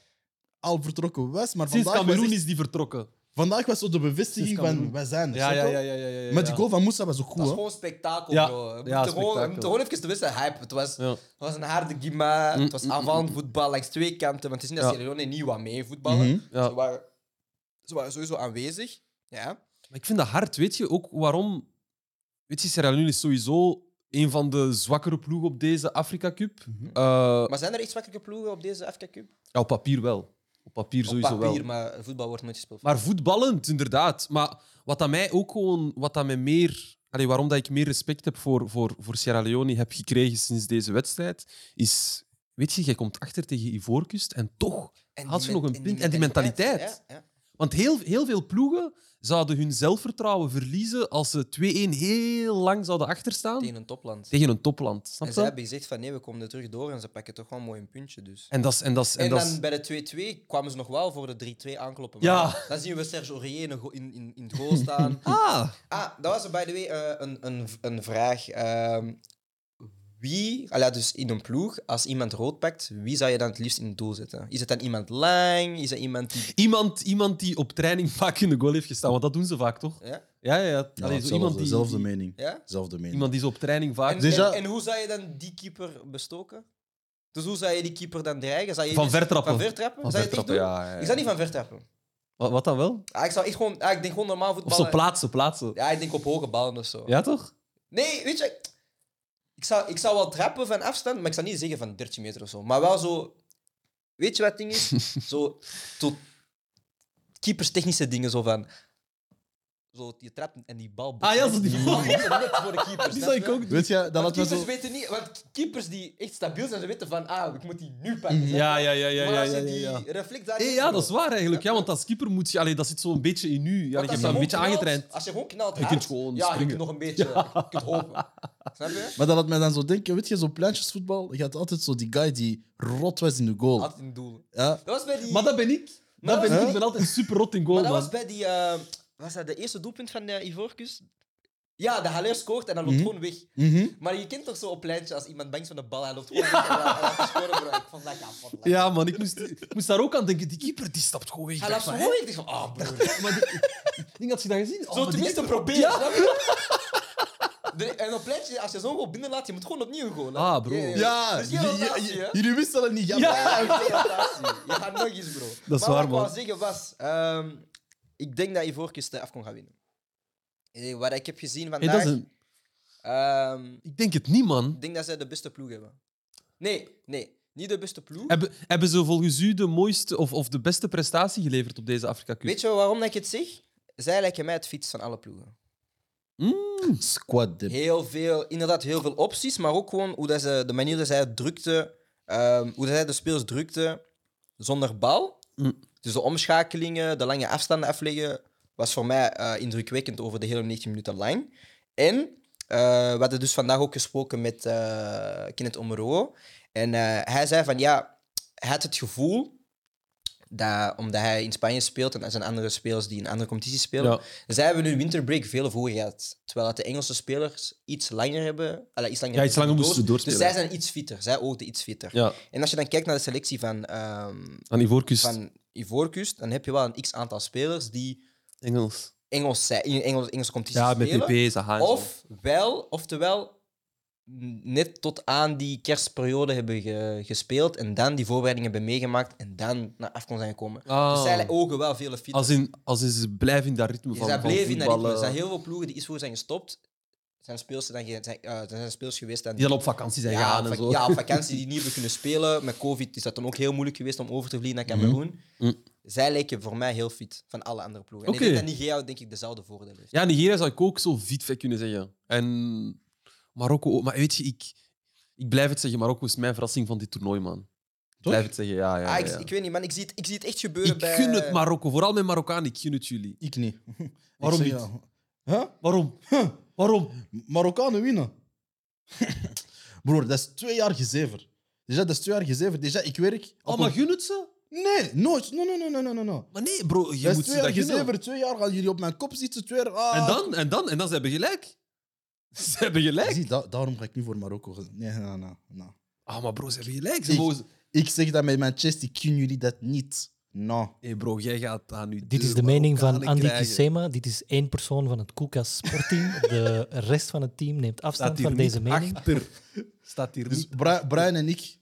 A: al vertrokken was, maar
B: Sinds
A: vandaag was,
B: Cameroen
A: echt-
B: is die vertrokken.
A: vandaag was zo de bevestiging
B: Sinds
A: van,
B: Cameroen.
A: wij zijn er.
B: Ja,
A: snap
B: ja,
A: je?
B: ja, ja, ja, ja, ja.
A: Maar die goal van Moussa was ook
C: Dat
A: goed,
C: is
A: hè.
C: gewoon spektakel,
B: Ja.
C: bro. We
B: Ja,
C: moeten gewoon, we
B: spektakel.
C: moeten gewoon even te wissen, hype. Het was,
B: Ja. Mm,
C: het was een harde gima. Het was aanvallend voetbal langs twee kanten. Want het is niet dat
B: Ja.
C: Sierra Leone niet wat mee voetballen.
A: Mhm.
B: Ja.
C: Ze, waren, ze waren sowieso aanwezig. Ja.
B: Maar ik vind dat hard. Weet je ook waarom? Weet je, Sierra Leone is sowieso een van de zwakkere ploegen op deze Afrika Cup.
C: Mhm.
B: Eh,
C: Maar zijn er echt zwakkere ploegen op deze FK Cup?
B: ja, op papier wel. Op papier
C: Op
B: sowieso
C: papier,
B: wel.
C: maar voetbal wordt nooit gespeeld.
B: Maar voetballend, inderdaad. Maar wat aan mij ook gewoon, wat aan mij meer, allee, waarom dat ik meer respect heb voor, voor, voor Sierra Leone heb gekregen sinds deze wedstrijd, is, weet je, jij komt achter tegen Ivoorkust en toch
C: En
B: haalt
C: die
B: ze
C: men-
B: nog een punt. En die mentaliteit.
C: Ja, ja.
B: Want heel, heel veel ploegen zouden hun zelfvertrouwen verliezen als ze 2-1 heel lang zouden achterstaan
C: Tegen een topland.
B: tegen een topland. Snap
C: En
B: je?
C: ze hebben gezegd van nee, we komen er terug door en ze pakken toch wel mooi een puntje. Dus.
B: En dat is... En dat is-
C: En,
B: en dat is-
C: dan bij de 2-2 kwamen ze nog wel voor de 3-2 aankloppen.
B: Ja.
C: Maar Dan zien we Serge Aurier in, een go- in, in, in het goal
B: [laughs]
C: staan.
B: Ah!
C: Ah, dat was by the way eh, een, een, een vraag. Ehm, wie, ah ja, dus in een ploeg, als iemand rood pakt, wie zou je dan het liefst in het doel zetten? Is het dan iemand lang? Is het iemand die.
B: Iemand, iemand die op training vaak in de goal heeft gestaan, want dat doen ze vaak, toch?
C: Ja?
B: Ja, ja, ja. Allee,
A: Ja,
B: zo
A: hetzelfde-
B: iemand die,
A: zelfde
B: die-
A: mening.
C: ja?
A: Zelfde mening.
B: iemand die zo op training vaak...
C: En,
A: Déjà-
C: en, en hoe zou je dan die keeper bestoken? Dus hoe zou je die keeper dan dreigen? Zou je
B: van vertrappen.
C: Van vertrappen?
B: Van
C: zou je het echt
B: vertrappen,
C: doen?
B: ja, ja, ja.
C: Ik zou niet van vertrappen.
B: Wat, wat dan wel?
C: Ah, ik zou echt gewoon, ah, ik denk gewoon normaal
B: Of
C: voetballen.
B: zo plaatsen, plaatsen. Ja,
C: Ja, ik denk op hoge ballen of zo.
B: toch?
C: Nee, weet je, ik zou, ik zou wel trappen van afstand, maar ik zou niet zeggen van 13 meter of zo. Maar wel zo, weet je wat het ding
B: [laughs]
C: is? zo, tot keeperstechnische dingen zo van. Zo, je trapt en die bal.
B: Ah
C: [laughs]
B: ja, zo die bal.
C: is er net voor de keeper.
B: [laughs] Die
C: snap
B: zou ik
C: je?
B: ook doen.
A: Weet je, dat laat
C: Want
A: me
C: keepers
A: zo...
C: weten niet, want keepers die echt stabiel zijn, ze weten van, ah, ik moet die nu pakken. snap je?
B: Mm, Ja, ja, ja, ja,
C: maar
B: ja,
C: als
B: ja,
C: je
B: ja,
C: die
B: ja.
C: reflect daar
B: Hey,
C: hebt,
B: ja,
C: bro.
B: dat is waar eigenlijk. Ja, want als keeper moet je... Allee, dat zit zo'n beetje in nu. Ja, ik
C: Want
B: heb
C: als
B: dat een
C: je
B: beetje
C: gewoon knalt-
B: aangetraind.
C: Als je gewoon knalt,
B: Je
C: hard,
B: kunt gewoon
C: ja, je
B: springen.
C: kunt nog een beetje, je kunt hopen. Snap je?
A: Maar dat laat mij dan zo denken, weet je, zo pleintjesvoetbal, je had altijd zo die guy die rot was in de goal.
C: Altijd in doel.
A: Ja,
C: Dat was bij die...
B: Maar dat ben ik. Dat ben
C: Huh?
B: ik. Ik ben altijd super rot in goal,
C: Maar dat
B: man.
C: was bij die. eh, was dat de eerste doelpunt van de Ivorcus? Ja, de Haller scoort en dan loopt
A: Mhm.
C: gewoon weg.
A: mhm.
C: Maar je kent toch zo op lijntje als iemand bang is van de bal, hij loopt gewoon weg. en hij- en hij scoort, bro. Ik vond dat kapot. like.
B: Ja, man. Ik moest, ik moest daar ook aan denken. Die keeper die stapt gewoon weg.
C: Hij
B: Ik
C: loopt
B: dacht
C: zo
B: van,
C: weg. Ik dacht van, ah, broer.
B: hè? Maar die- Ik denk dat ze dat gezien. Oh, maar
C: Zo
B: die
C: tenminste
B: keeper-
C: proberen.
B: Ja.
C: snap je? [laughs] De- En op lijntje, als je zo'n goal binnenlaat, je moet gewoon opnieuw goalen.
B: Ah, bro.
A: Ja,
C: Dus geen
A: jullie-
C: rotatie, hè?
A: jullie wisselen niet. Ja,
B: Ja.
C: Ja, geen rotatie. Je gaat nog eens, bro.
B: Dat is
C: maar
B: waar, man.
C: wat ik wou zeggen was... ehm, ik denk dat Ivorcus de Afcon gaat winnen. Eh, Wat ik heb gezien
B: Hey,
C: vandaag...
B: dat is een-
C: ehm,
B: Ik denk het niet, man.
C: Ik denk dat zij de beste ploeg hebben. Nee, nee, niet de beste ploeg.
B: Hebben, hebben ze volgens u de mooiste of, of de beste prestatie geleverd op deze Afrika Cup?
C: Weet je waarom dat ik het zeg? Zij lijken mij het fiets van alle ploegen.
A: Squad dip.
C: Heel veel, inderdaad, heel veel opties, maar ook gewoon hoe dat ze, de manier dat zij het drukte, ehm, hoe dat zij de spelers drukte zonder bal.
B: Mm.
C: Dus de omschakelingen, de lange afstanden afleggen, was voor mij eh, indrukwekkend over de hele 19 minuten lang. En eh, we hadden dus vandaag ook gesproken met eh Kenneth Omero. En eh, hij zei van ja, hij had het gevoel dat omdat hij in Spanje speelt en er zijn andere spelers die in andere competities spelen,
B: Ja.
C: zij hebben hun winterbreak veel vroeger gehad. Terwijl dat de Engelse spelers iets langer hebben. allee, iets langer
B: Ja, iets
C: hebben
B: langer moesten
C: gedoos. Dus
B: doorspelen.
C: zij zijn iets fitter. Zij oogden iets fitter.
B: Ja,
C: En als je dan kijkt naar de selectie van, ehm
B: aan Ivoorkust.
C: van Ivoorkust, dan heb je wel een x-aantal spelers die
B: Engels.
C: Engels zijn, in Engels, Engelse competities
B: Ja, met
C: spelen.
B: PP, Zaha. en zo.
C: Of wel, oftewel, n- net tot aan die kerstperiode hebben ge- gespeeld en dan die voorbereidingen hebben meegemaakt en dan naar Afcon zijn gekomen.
B: Ah.
C: Dus zij ogen wel veel fitter.
B: Als in, als in ze blijven in dat ritme
C: Ze
B: van,
C: zijn
B: van
C: bleven in dat ritme. Er
B: voetballen,
C: zijn heel veel ploegen die iets voor zijn gestopt. Er zijn speels, dan, ge- zijn, eh, er zijn speels geweest en
B: Die dan op vakantie zijn
C: ja,
B: gegaan
C: op
B: en
C: vak-
B: zo. [laughs]
C: Ja, op vakantie die niet hebben kunnen spelen. Met COVID is dat dan ook heel moeilijk geweest om over te vliegen naar Cameroen.
B: Mhm.
C: Zij lijken voor mij heel fit van alle andere ploegen. En
B: Oké.
C: ik denk dat Nigeria denk ik dezelfde voordelen heeft.
B: Ja, Nigeria zou ik ook zo vet kunnen zeggen. En Marokko ook. Maar weet je, ik, ik blijf het zeggen, Marokko is mijn verrassing van dit toernooi, man. Blijf het zeggen, ja. ja,
C: Ah, ik,
B: ja.
C: ik weet niet, man. Ik zie het, ik zie het echt gebeuren
B: Ik
C: bij... eh,
B: gun het Marokko, vooral met Marokkaan, ik gun het jullie.
A: Ik niet. [laughs] Ik
B: Waarom
A: zeg
B: niet?
A: ja. Huh?
B: Waarom? Waarom?
A: Marokkanen winnen. [laughs] Broer, dat is twee jaar gezever. Déjà, dat is twee jaar gezever. Déjà, ik werk...
B: Oh, maar gun het ze?
A: Nee, nooit. Nee, nee, nee, nee, nee, nee, nee.
B: Maar nee, bro, je
A: Dat is
B: moet
A: twee
B: ze
A: jaar
B: dat gunnen.
A: gezever. Twee jaar gaan jullie op mijn kop zitten. Twee jaar... Ah.
B: En dan, en dan, en dan, ze hebben gelijk. [laughs] Ze hebben gelijk.
A: Zie, da- daarom ga ik niet voor Marokko. gaan. Nee, nee, nee, nee.
B: Ah, maar bro, ze hebben gelijk. Ze
A: Ik-
B: mogen...
A: Ik zeg dat met mijn chest. Ik gun jullie dat niet. No.
B: hey bro, jij gaat aan nu.
F: Dit is de mening van Andy Kisema. Dit is één persoon van het
B: [laughs]
F: Koekas sportteam. De rest van het team neemt afstand
B: Staat hier
F: van deze mening.
B: achter. Staat hier
A: Dus
B: niet.
A: Bra- Brian en ik...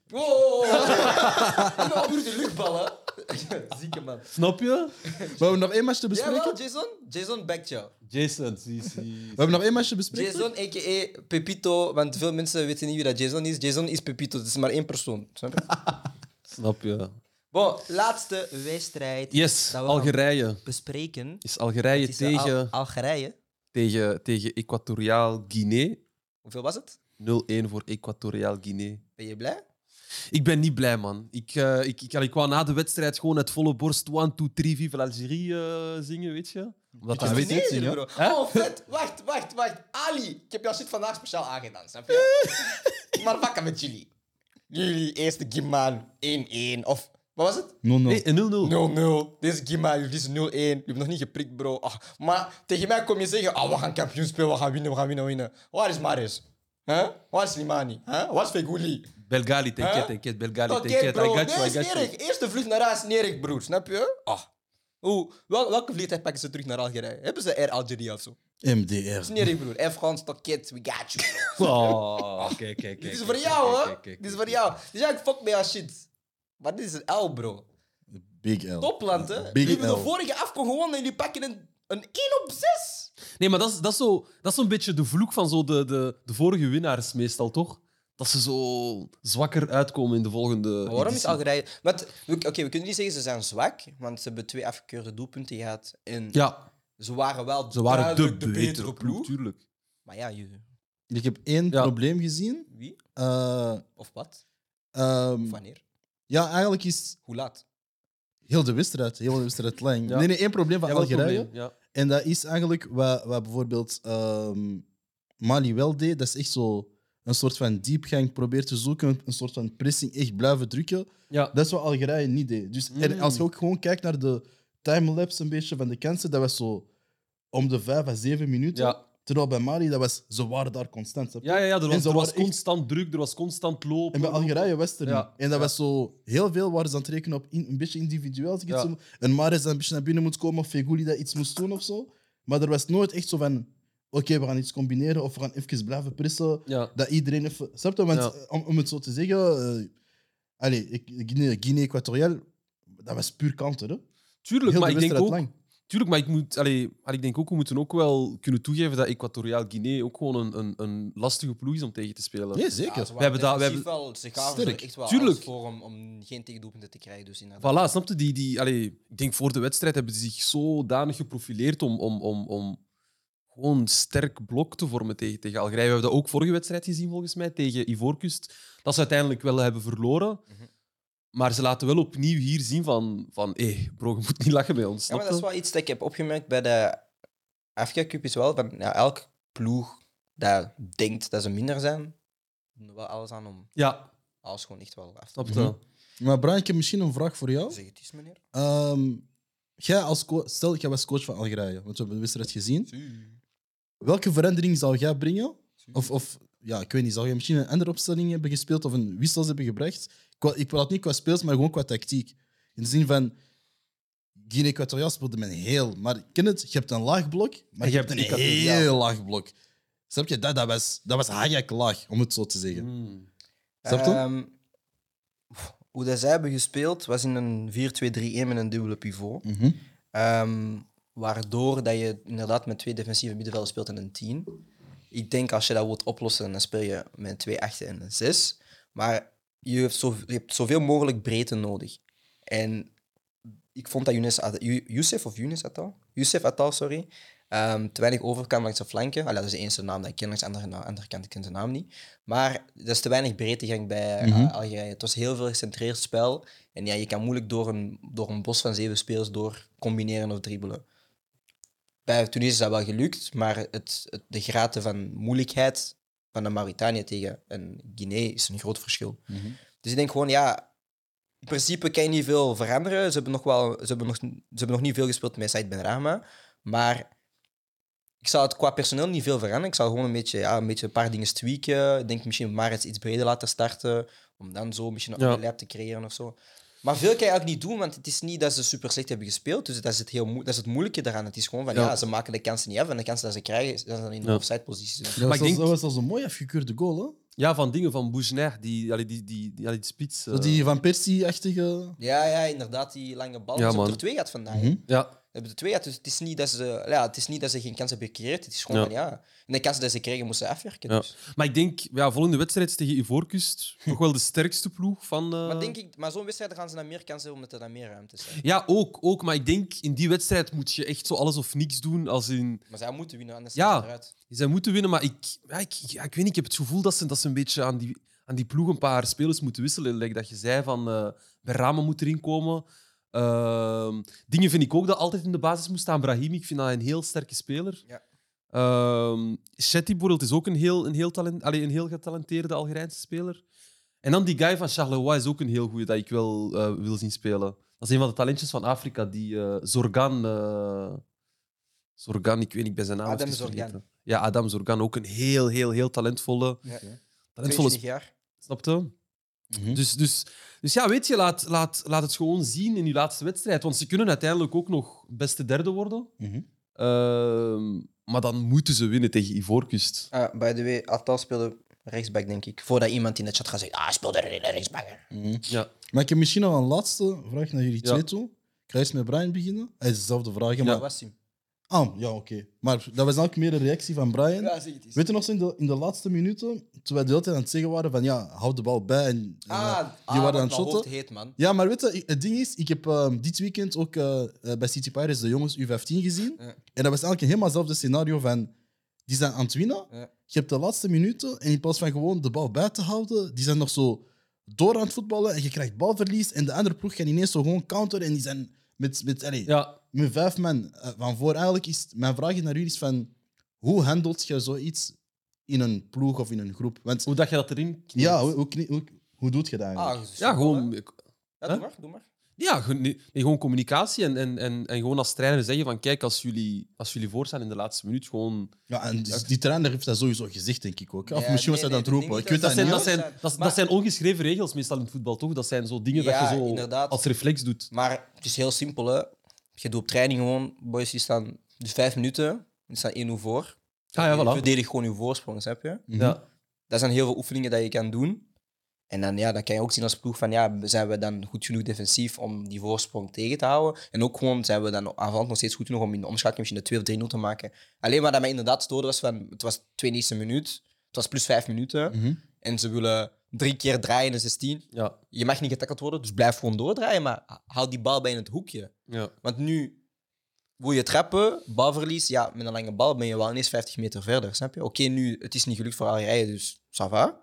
C: [laughs] Broer, de luchtballen. [laughs] Zieke man.
B: Snap [laughs] je?
A: We hebben nog één match te
C: Ja,
A: bespreken.
C: wel, Jason? Jason backt jou.
B: Jason,
C: [laughs]
B: zie, zie.
A: We hebben nog één match te bespreken.
C: Jason, a.k.a. Pepito, want veel mensen weten niet wie dat Jason is. Jason is Pepito, het is maar één persoon. Snap je?
B: Snap je?
C: [laughs] Bon, laatste wedstrijd
B: Yes,
C: Dat we
B: Algerije.
C: bespreken.
B: Is Algerije
C: Het is, eh, Al-
B: tegen,
C: Algerije.
B: tegen, tegen Equatoriaal Guinea.
C: Hoeveel was het?
B: 0-1 voor Equatoriaal Guinea.
C: Ben je blij?
B: Ik ben niet blij, man. Ik, eh ik, ik, ik wou na de wedstrijd gewoon het volle borst 1, 2, 3, vive l'Algérie eh, zingen, weet je? Omdat dat
A: is
B: weet
A: niet-
B: ik.
A: zien,
C: Nee,
A: ja.
C: bro. Oh, vet. Wacht, wacht, wacht. Ali, ik heb jouw shit vandaag speciaal aangedaan, snap je?
B: [laughs]
C: maar wakker met jullie. Jullie eerste Gimaan 1-1. Of, wat was het?
A: No, no.
B: Nee, een 0-0.
C: 0-0. Deze Gima, jullie is 0-1. Je hebt nog niet geprikt, bro. Ah, maar tegen mij kom je zeggen: ah, we gaan kampioen spelen, we gaan winnen, we gaan winnen, winnen. Waar is Maris? Huh? Waar is Limani? Huh? Waar is Feguli?
B: Belgali,
C: Huh?
B: t'inquiète, t'inquiète, Belgali,
C: Oké,
B: t'inquiète. I
C: bro.
B: got you,
C: nee,
B: I
C: is
B: got you.
C: nerig. Eerste vlucht naar huis, nerig, broer. Snap je? Ah. Hoe, wel, welke vliegtuig pakken ze terug naar Algerije? Hebben ze Air Algeria of zo?
A: MDR.
C: Is nerig, broer. Air France, Tokit, we got you.
B: Oh, kijk, kijk,
C: Dit
B: kijk,
C: is
B: kijk,
C: voor
B: kijk,
C: jou,
B: kijk,
C: hè?
B: kijk, kijk.
C: Dit is voor jou. Dus ja, ik fuck met jouw shit. Maar dit is een L, bro.
A: Big L.
C: Topland, hè?
A: Big
C: Jullie hebben
A: L.
C: de vorige afkom gewonnen en jullie pakken een, een 1 op 6.
B: Nee, maar dat is, dat is, zo, dat is zo'n beetje de vloek van zo de, de, de vorige winnaars meestal, toch? Dat ze zo zwakker uitkomen in de volgende
C: Maar waarom is
B: editie.
C: Algerije... Want, we- Oké, we kunnen niet zeggen ze zijn zwak, want ze hebben twee afgekeurde doelpunten gehad. En
B: Ja,
C: ze waren wel
B: ze waren de,
C: duidelijk
B: betere, ploeg, tuurlijk.
C: Maar ja, je-
A: Ik heb één
B: Ja.
A: probleem gezien.
C: wie?
A: Eh,
C: Of wat?
A: ehm,
C: Of wanneer?
A: ja, eigenlijk is
C: Hoe laat?
A: heel de wedstrijd, heel de wedstrijd lang.
B: Ja.
A: Nee, nee, één probleem van
B: Ja, wel
A: Algerije.
B: probleem, ja.
A: En dat is eigenlijk wat, wat bijvoorbeeld ehm, Mali wel deed. Dat is echt zo een soort van diepgang proberen te zoeken, een soort van pressing, echt blijven drukken.
B: Ja.
A: Dat is wat Algerije niet deed. Dus er-
B: Mm.
A: als je ook gewoon kijkt naar de timelapse een beetje van de kansen, dat was zo om de vijf à zeven minuten.
B: Ja.
A: Terwijl bij Mali, dat was, ze waren daar constant. snap je?
B: Ja, ja, ja, er
A: En
B: was,
A: ze
B: er was
A: waren echt-
B: constant druk, er was constant lopen.
A: En bij
B: lopen.
A: Algerije was het er
B: Ja,
A: niet. En dat
B: ja.
A: was zo heel veel waren ze aan het rekenen op in- een beetje individueel. Als ik het
B: Ja.
A: zo moet- en Maris dat een beetje naar binnen moet komen of Feguli dat iets moest doen of zo. Maar er was nooit echt zo van: oké, we gaan iets combineren of we gaan even blijven pressen.
B: Ja.
A: Dat iedereen even. Snap je? Want
B: Ja.
A: eh, om, om het zo te zeggen, eh, allez, ik- Guinea- Guinea-Equatorial, dat was puur kanter. Hè?
B: Tuurlijk,
A: Heel
B: maar
A: de
B: ik denk
A: wedstrijd
B: ook...
A: lang.
B: Tuurlijk, maar ik, moet, allee, maar ik denk ook, we moeten ook wel kunnen toegeven dat Equatoriaal Guinea ook gewoon een, een, een lastige ploeg is om tegen te spelen.
A: Nee, zeker.
B: waren hebben dat- we
C: defensief
B: hebben-
C: Wel, ze gaven er
A: Sterk.
C: echt wel
B: Tuurlijk.
C: alles voor om, om geen tegendoelpunten te krijgen. Dus inderdaad.
B: Voilà, snapte die, die allee, Ik denk voor de wedstrijd hebben ze zich zodanig geprofileerd om, om, om, om gewoon een sterk blok te vormen tegen, tegen Algerije. We hebben dat ook vorige wedstrijd gezien, volgens mij, tegen Ivoorkust. Dat ze uiteindelijk wel hebben verloren.
C: Mhm.
B: Maar ze laten wel opnieuw hier zien van, van hé, bro, je moet niet lachen bij ons.
C: Ja, maar
B: snap
C: dat is
B: je?
C: wel iets dat ik heb opgemerkt bij de Afrika Cup is wel van ja, elke ploeg dat denkt dat ze minder zijn, doen er wel alles aan om
B: Ja,
C: alles gewoon echt wel af te
B: snap je?
A: Mhm. Maar Brian, ik heb misschien een vraag voor jou.
C: Zeg het eens, meneer.
A: Ehm, jij als co- Stel, jij was coach van Algerije, want we hebben de wedstrijd gezien. Welke verandering zou jij brengen? Of, of ja, ik weet niet, zou jij misschien een andere opstelling hebben gespeeld of een wissels hebben gebracht? Qua, ik praat niet qua speels, maar gewoon qua tactiek. In de zin van, Guinea-Equatoriaal speelde men heel. Maar ken het, je hebt een laag blok, maar
B: En
A: je
B: je
A: hebt een
B: hebt Equatoriaal.
A: heel laag blok. Snap je? Dat, dat was, dat was Hayek laag, om het zo te zeggen.
B: Mm.
A: Snap je?
C: Ehm, pff, hoe dat zij hebben gespeeld was in een 4-2-3-1 met een dubbele pivot.
A: Mhm.
C: Ehm, waardoor dat je inderdaad met twee defensieve middenvelden speelt en een 10. Ik denk als je dat wilt oplossen, dan speel je met twee achten en een 6. Maar je hebt, zo, je hebt zoveel mogelijk breedte nodig. En ik vond dat Younes Ad- Yo- Youssef of Younes Atal, Youssef Atal, sorry, ehm, Ehm, te weinig overkant langs de flanken. Allee, dat is de enige naam dat ik ken, langs de andere, na- andere kant ik ken zijn naam niet. Maar er is te weinig breedtegang bij eh,
A: Mhm.
C: Algerije. Het was heel veel gecentreerd spel. En ja, je kan moeilijk door een, door een bos van zeven spelers door combineren of dribbelen. Bij Tunesië is dat wel gelukt, maar het, het- de graten van moeilijkheid van een Mauritanië tegen een Guinea is een groot verschil.
A: Mhm.
C: Dus ik denk gewoon, ja, in principe kan je niet veel veranderen. Ze hebben nog, wel, ze hebben nog, ze hebben nog niet veel gespeeld met Said Benrahma. Maar ik zou het qua personeel niet veel veranderen. Ik zou gewoon een beetje, ja, een, beetje een paar dingen tweaken. Ik denk misschien Marets iets breder laten starten. Om dan zo misschien een
B: Ja.
C: andere lab te creëren of zo. Maar veel kan je eigenlijk niet doen, want het is niet dat ze super slecht hebben gespeeld. Dus dat is het, heel moe- dat is het moeilijke daaraan. Het is gewoon van, ja.
B: Ja.
C: ze maken de kansen niet af. En de kansen dat ze krijgen, zijn dan in de
B: Ja.
C: offside positie. Dus
A: Dat was,
B: ik denk-
A: dat was als een mooi afgekeurde goal, hè?
B: Ja, van dingen van Bougenard, die, allee, die, die, die, allee, die spits. eh,
A: Zo die Van Persie-achtige...
C: Ja, ja, inderdaad, die lange bal.
B: Ja,
C: ze hebben
B: man.
C: er twee gehad vandaag.
A: Mhm.
B: Ja,
C: We hebben de twee uit, dus het is niet dat ze, ja, het is niet dat ze geen kans hebben gecreëerd. Het is gewoon
B: Ja.
C: van ja. En de kansen die ze kregen moesten ze afwerken.
B: Ja.
C: Dus.
B: maar ik denk, ja, volgende wedstrijd is tegen Ivoorkust. [laughs] Nog wel de sterkste ploeg van. eh,
C: Maar, denk ik, maar zo'n wedstrijd gaan ze dan meer kansen omdat er dan meer ruimte is.
B: Ja, ook, ook. Maar ik denk, in die wedstrijd moet je echt zo alles of niks doen. Als in,
C: Maar zij moeten winnen, anders
B: Ja.
C: zijn ze eruit.
B: zij moeten winnen, maar ik, ja, ik, ja, ik weet niet, ik heb het gevoel dat ze, dat ze een beetje aan die, aan die ploeg een paar spelers moeten wisselen. Like dat je zei, van eh Berame moet erin komen. Ehm, dingen vind ik ook dat altijd in de basis moet staan. Brahim, ik vind dat een heel sterke speler.
C: Ja.
B: Ehm, Chetty bijvoorbeeld is ook een heel, een, heel talent, allee, een heel getalenteerde Algerijnse speler. En dan die guy van Charleroi is ook een heel goede dat ik wel eh, wil zien spelen. Dat is een van de talentjes van Afrika, die eh, Zorgan. eh, Zorgan, ik weet niet bij zijn naam.
C: Adam
B: even
C: Zorgan.
B: vergeten. Ja, Adam Zorgan, ook een heel, heel, heel talentvolle.
C: Ja.
B: talentvolle
C: 22 jaar.
B: Snap je?
A: Mhm.
B: Dus, dus, dus ja, weet je, laat, laat, laat het gewoon zien in uw laatste wedstrijd. Want ze kunnen uiteindelijk ook nog beste derde worden.
A: Mhm.
B: Ehm, maar dan moeten ze winnen tegen Ivoorkust.
C: Ah, by the way, Atal speelde rechtsback, denk ik. Voordat iemand in de chat gaat zeggen, ah, speelde er een rechtsback.
A: Mhm.
B: Ja.
A: Maar ik heb misschien nog een laatste vraag naar jullie
B: Ja.
A: twee toe. Ik ga eerst met Brian beginnen. Hij is dezelfde vraag,
C: Ja,
A: maar...
C: was hem.
A: Ah, ja, oké. Maar dat was ook meer een reactie van Brian.
C: Ja, zeg het eens.
A: Weet je nog, zo in de, in de laatste minuten, toen wij de hele tijd aan het zeggen waren van ja, houd de bal bij. En, en, eh,
C: Ah,
A: waren aan
C: ah,
A: het
C: wat mijn
A: shotten.
C: hoofd heet, man.
A: Ja, maar weet je, het ding is, ik heb ehm, dit weekend ook eh, eh, bij City Pirates de jongens U15 gezien.
C: Ja.
A: En dat was eigenlijk helemaal hetzelfde scenario van, die zijn aan het winnen.
C: Ja.
A: Je hebt de laatste minuten en in plaats van gewoon de bal bij te houden, die zijn nog zo door aan het voetballen en je krijgt balverlies. En de andere ploeg gaat ineens zo gewoon counter en die zijn met, met, allee,
B: Ja,
A: met vijf man eh, van voor. Eigenlijk is mijn vraag naar jullie is van, hoe handelt je zoiets in een ploeg of in een groep? Want
B: hoe dat je dat erin knijpt.
A: ja, hoe, hoe, knie- hoe, hoe doet je dat eigenlijk?
C: Ah, dus-
B: Ja, gewoon,
C: Ja, doe maar, doe maar.
B: ja, ge- nee, nee, gewoon communicatie en, en, en, en gewoon als trainer zeggen van kijk, als jullie, als jullie voor staan in de laatste minuut, gewoon...
A: Ja, en die, die trainer heeft dat sowieso gezegd, denk ik ook. Of
C: Ja,
A: misschien was
C: nee,
A: hij dat aan
C: nee,
A: het roepen.
C: ik
A: Ik weet dat
C: denk
B: Dat zijn,
A: niet.
B: dat,
A: hoor.
B: zijn, dat,
C: Maar-
B: dat zijn ongeschreven regels meestal in het voetbal, toch? Dat zijn zo dingen dat
C: Ja,
B: je zo
C: inderdaad.
B: als reflex doet.
C: Maar het is heel simpel, hè. Je doet op training gewoon, boys, die staan dus vijf minuten, die staan 1-0 voor.
B: Ah ja,
C: Je
B: voilà.
C: verdedigt gewoon je voorsprong, snap je?
B: Ja.
C: Dat zijn heel veel oefeningen dat je kan doen. En dan, ja, dan kan je ook zien als ploeg van, ja, zijn we dan goed genoeg defensief om die voorsprong tegen te houden? En ook gewoon, zijn we dan aanvallend nog steeds goed genoeg om in de omschakeling misschien de 2 of 3-0 te maken? Alleen maar dat mij inderdaad stoorde was van, het was 92 minuut, het was plus 5 minuten.
A: Mhm.
C: En ze willen drie keer draaien in de 16.
B: Ja.
C: Je mag niet getackeld worden, dus blijf gewoon doordraaien, maar houd die bal bij in het hoekje.
B: Ja.
C: Want nu wil je trappen, balverlies. Ja, met een lange bal ben je wel ineens 50 meter verder, snap je? Oké, nu, het is niet gelukt voor Algerije, dus ça va.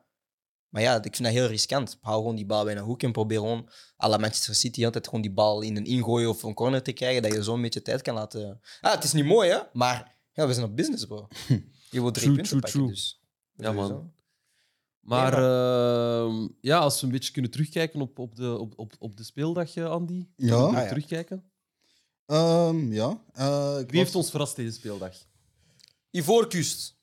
C: Maar ja, ik vind dat heel riskant. Hou gewoon die bal bij een hoek en probeer gewoon à la Manchester City altijd gewoon die bal in een ingooien of een corner te krijgen, dat je zo'n beetje tijd kan laten... Ah, het is niet mooi, hè? Maar ja, we zijn op business,
B: [laughs]
C: bro. Je wilt drie
B: True,
C: punten
B: true,
C: pakken,
B: true.
C: dus...
B: Ja, man.
C: Sowieso.
B: Maar ehm, ja, als we een beetje kunnen terugkijken op, op, de, op, op, op de speeldag, eh, Andy.
A: Ja.
B: Kunnen we
C: Ah, ja.
B: Terugkijken.
A: Ehm, ja. Eh, ik
B: Wie heeft
A: was-
B: ons verrast deze speeldag?
C: Ivoorkust.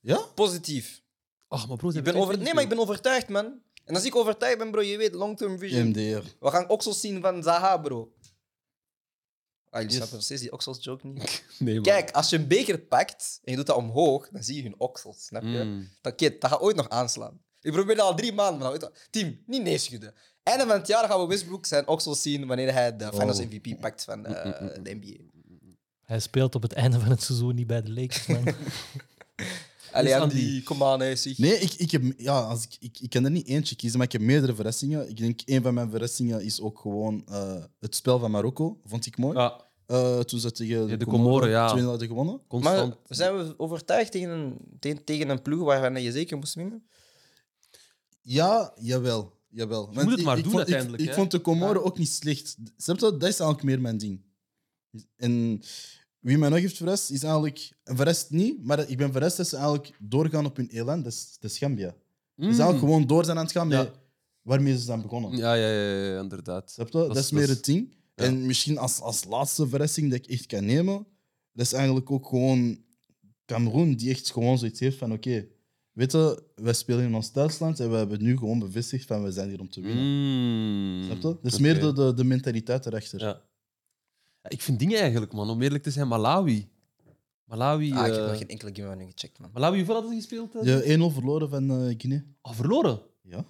A: Ja?
C: Positief.
B: Ach, Ah, maar bro, ze
C: Ik
B: hebben
C: ben
B: vijf
C: over...
B: punten.
C: Nee, maar ik ben overtuigd, man. En als ik overtuigd ben, bro, je weet, long-term vision.
A: MDR.
C: We gaan oksels zien van Zaha, bro. Ah, jullie
B: Yes.
C: snappen nog steeds die oksels joke niet.
B: Nee, man.
C: Kijk, als je een beker pakt en je doet dat omhoog, dan zie je hun oksels, snap je?
B: Mm.
C: Dat, kid, dat gaat ooit nog aanslaan. Ik probeer dat al drie maanden, maar dat gaat ooit nog- Team, niet nee schudden. Einde van het jaar gaan we Westbrook zijn oksels zien wanneer hij de Finals
A: Oh.
C: MVP pakt
B: Mm,
C: van eh, de NBA.
F: Hij speelt op het einde van het seizoen niet bij de Lakers, man.
C: Allee,
B: Yes,
C: Andy,
B: Andy.
C: kom aan, hè, zeg.
A: Nee, ik, ik, heb, ja, als ik, ik, ik kan er niet eentje kiezen, maar ik heb meerdere verrassingen. Ik denk, een van mijn verrassingen is ook gewoon eh, het spel van Marokko. Vond ik mooi.
B: Ja,
A: Eh, toen ze tegen
B: de Comoren, ja.
A: 2-0 hadden gewonnen.
B: Constant.
C: Maar zijn we overtuigd tegen een, tegen, tegen een ploeg waarvan je zeker moest winnen?
A: Ja, jawel. jawel. Want
B: moet het maar doen
A: vond,
B: uiteindelijk,
A: Ik,
B: hè?
A: vond de Comoren ook niet slecht. Snap je? Dat is eigenlijk meer mijn ding. En wie mij nog heeft verrast, is eigenlijk... Verrast niet, maar ik ben verrast dat ze eigenlijk doorgaan op hun elan. Dat is, dat is Gambia.
B: Mm.
A: Ze eigenlijk gewoon door zijn aan het gaan met
B: Ja.
A: waarmee ze zijn begonnen.
B: ja, ja, ja, ja, inderdaad.
A: Snap je? Dat,
B: Dat
A: is
B: is-
A: meer
B: dat is-
A: het ding.
B: ja.
A: En misschien als, als laatste verrassing dat ik echt kan nemen, dat is eigenlijk ook gewoon Cameroen, die echt gewoon zoiets heeft van oké, weet je, wij spelen in ons thuisland en we hebben nu gewoon bevestigd van we zijn hier om te winnen.
B: Mm.
A: Snap je? Dat is
B: Oké.
A: meer de, de, de mentaliteit erachter.
B: Ja. Ja, Ik vind dingen eigenlijk, man, om eerlijk te zijn, Malawi. Malawi,
C: Ah, ik
B: eh,
C: heb nog geen enkele game van hun gecheckt, man.
B: Malawi hoeveel hadden ze gespeeld? eh?
A: De 1-0 verloren van eh, Guinea.
B: Ah, verloren.
A: Ja.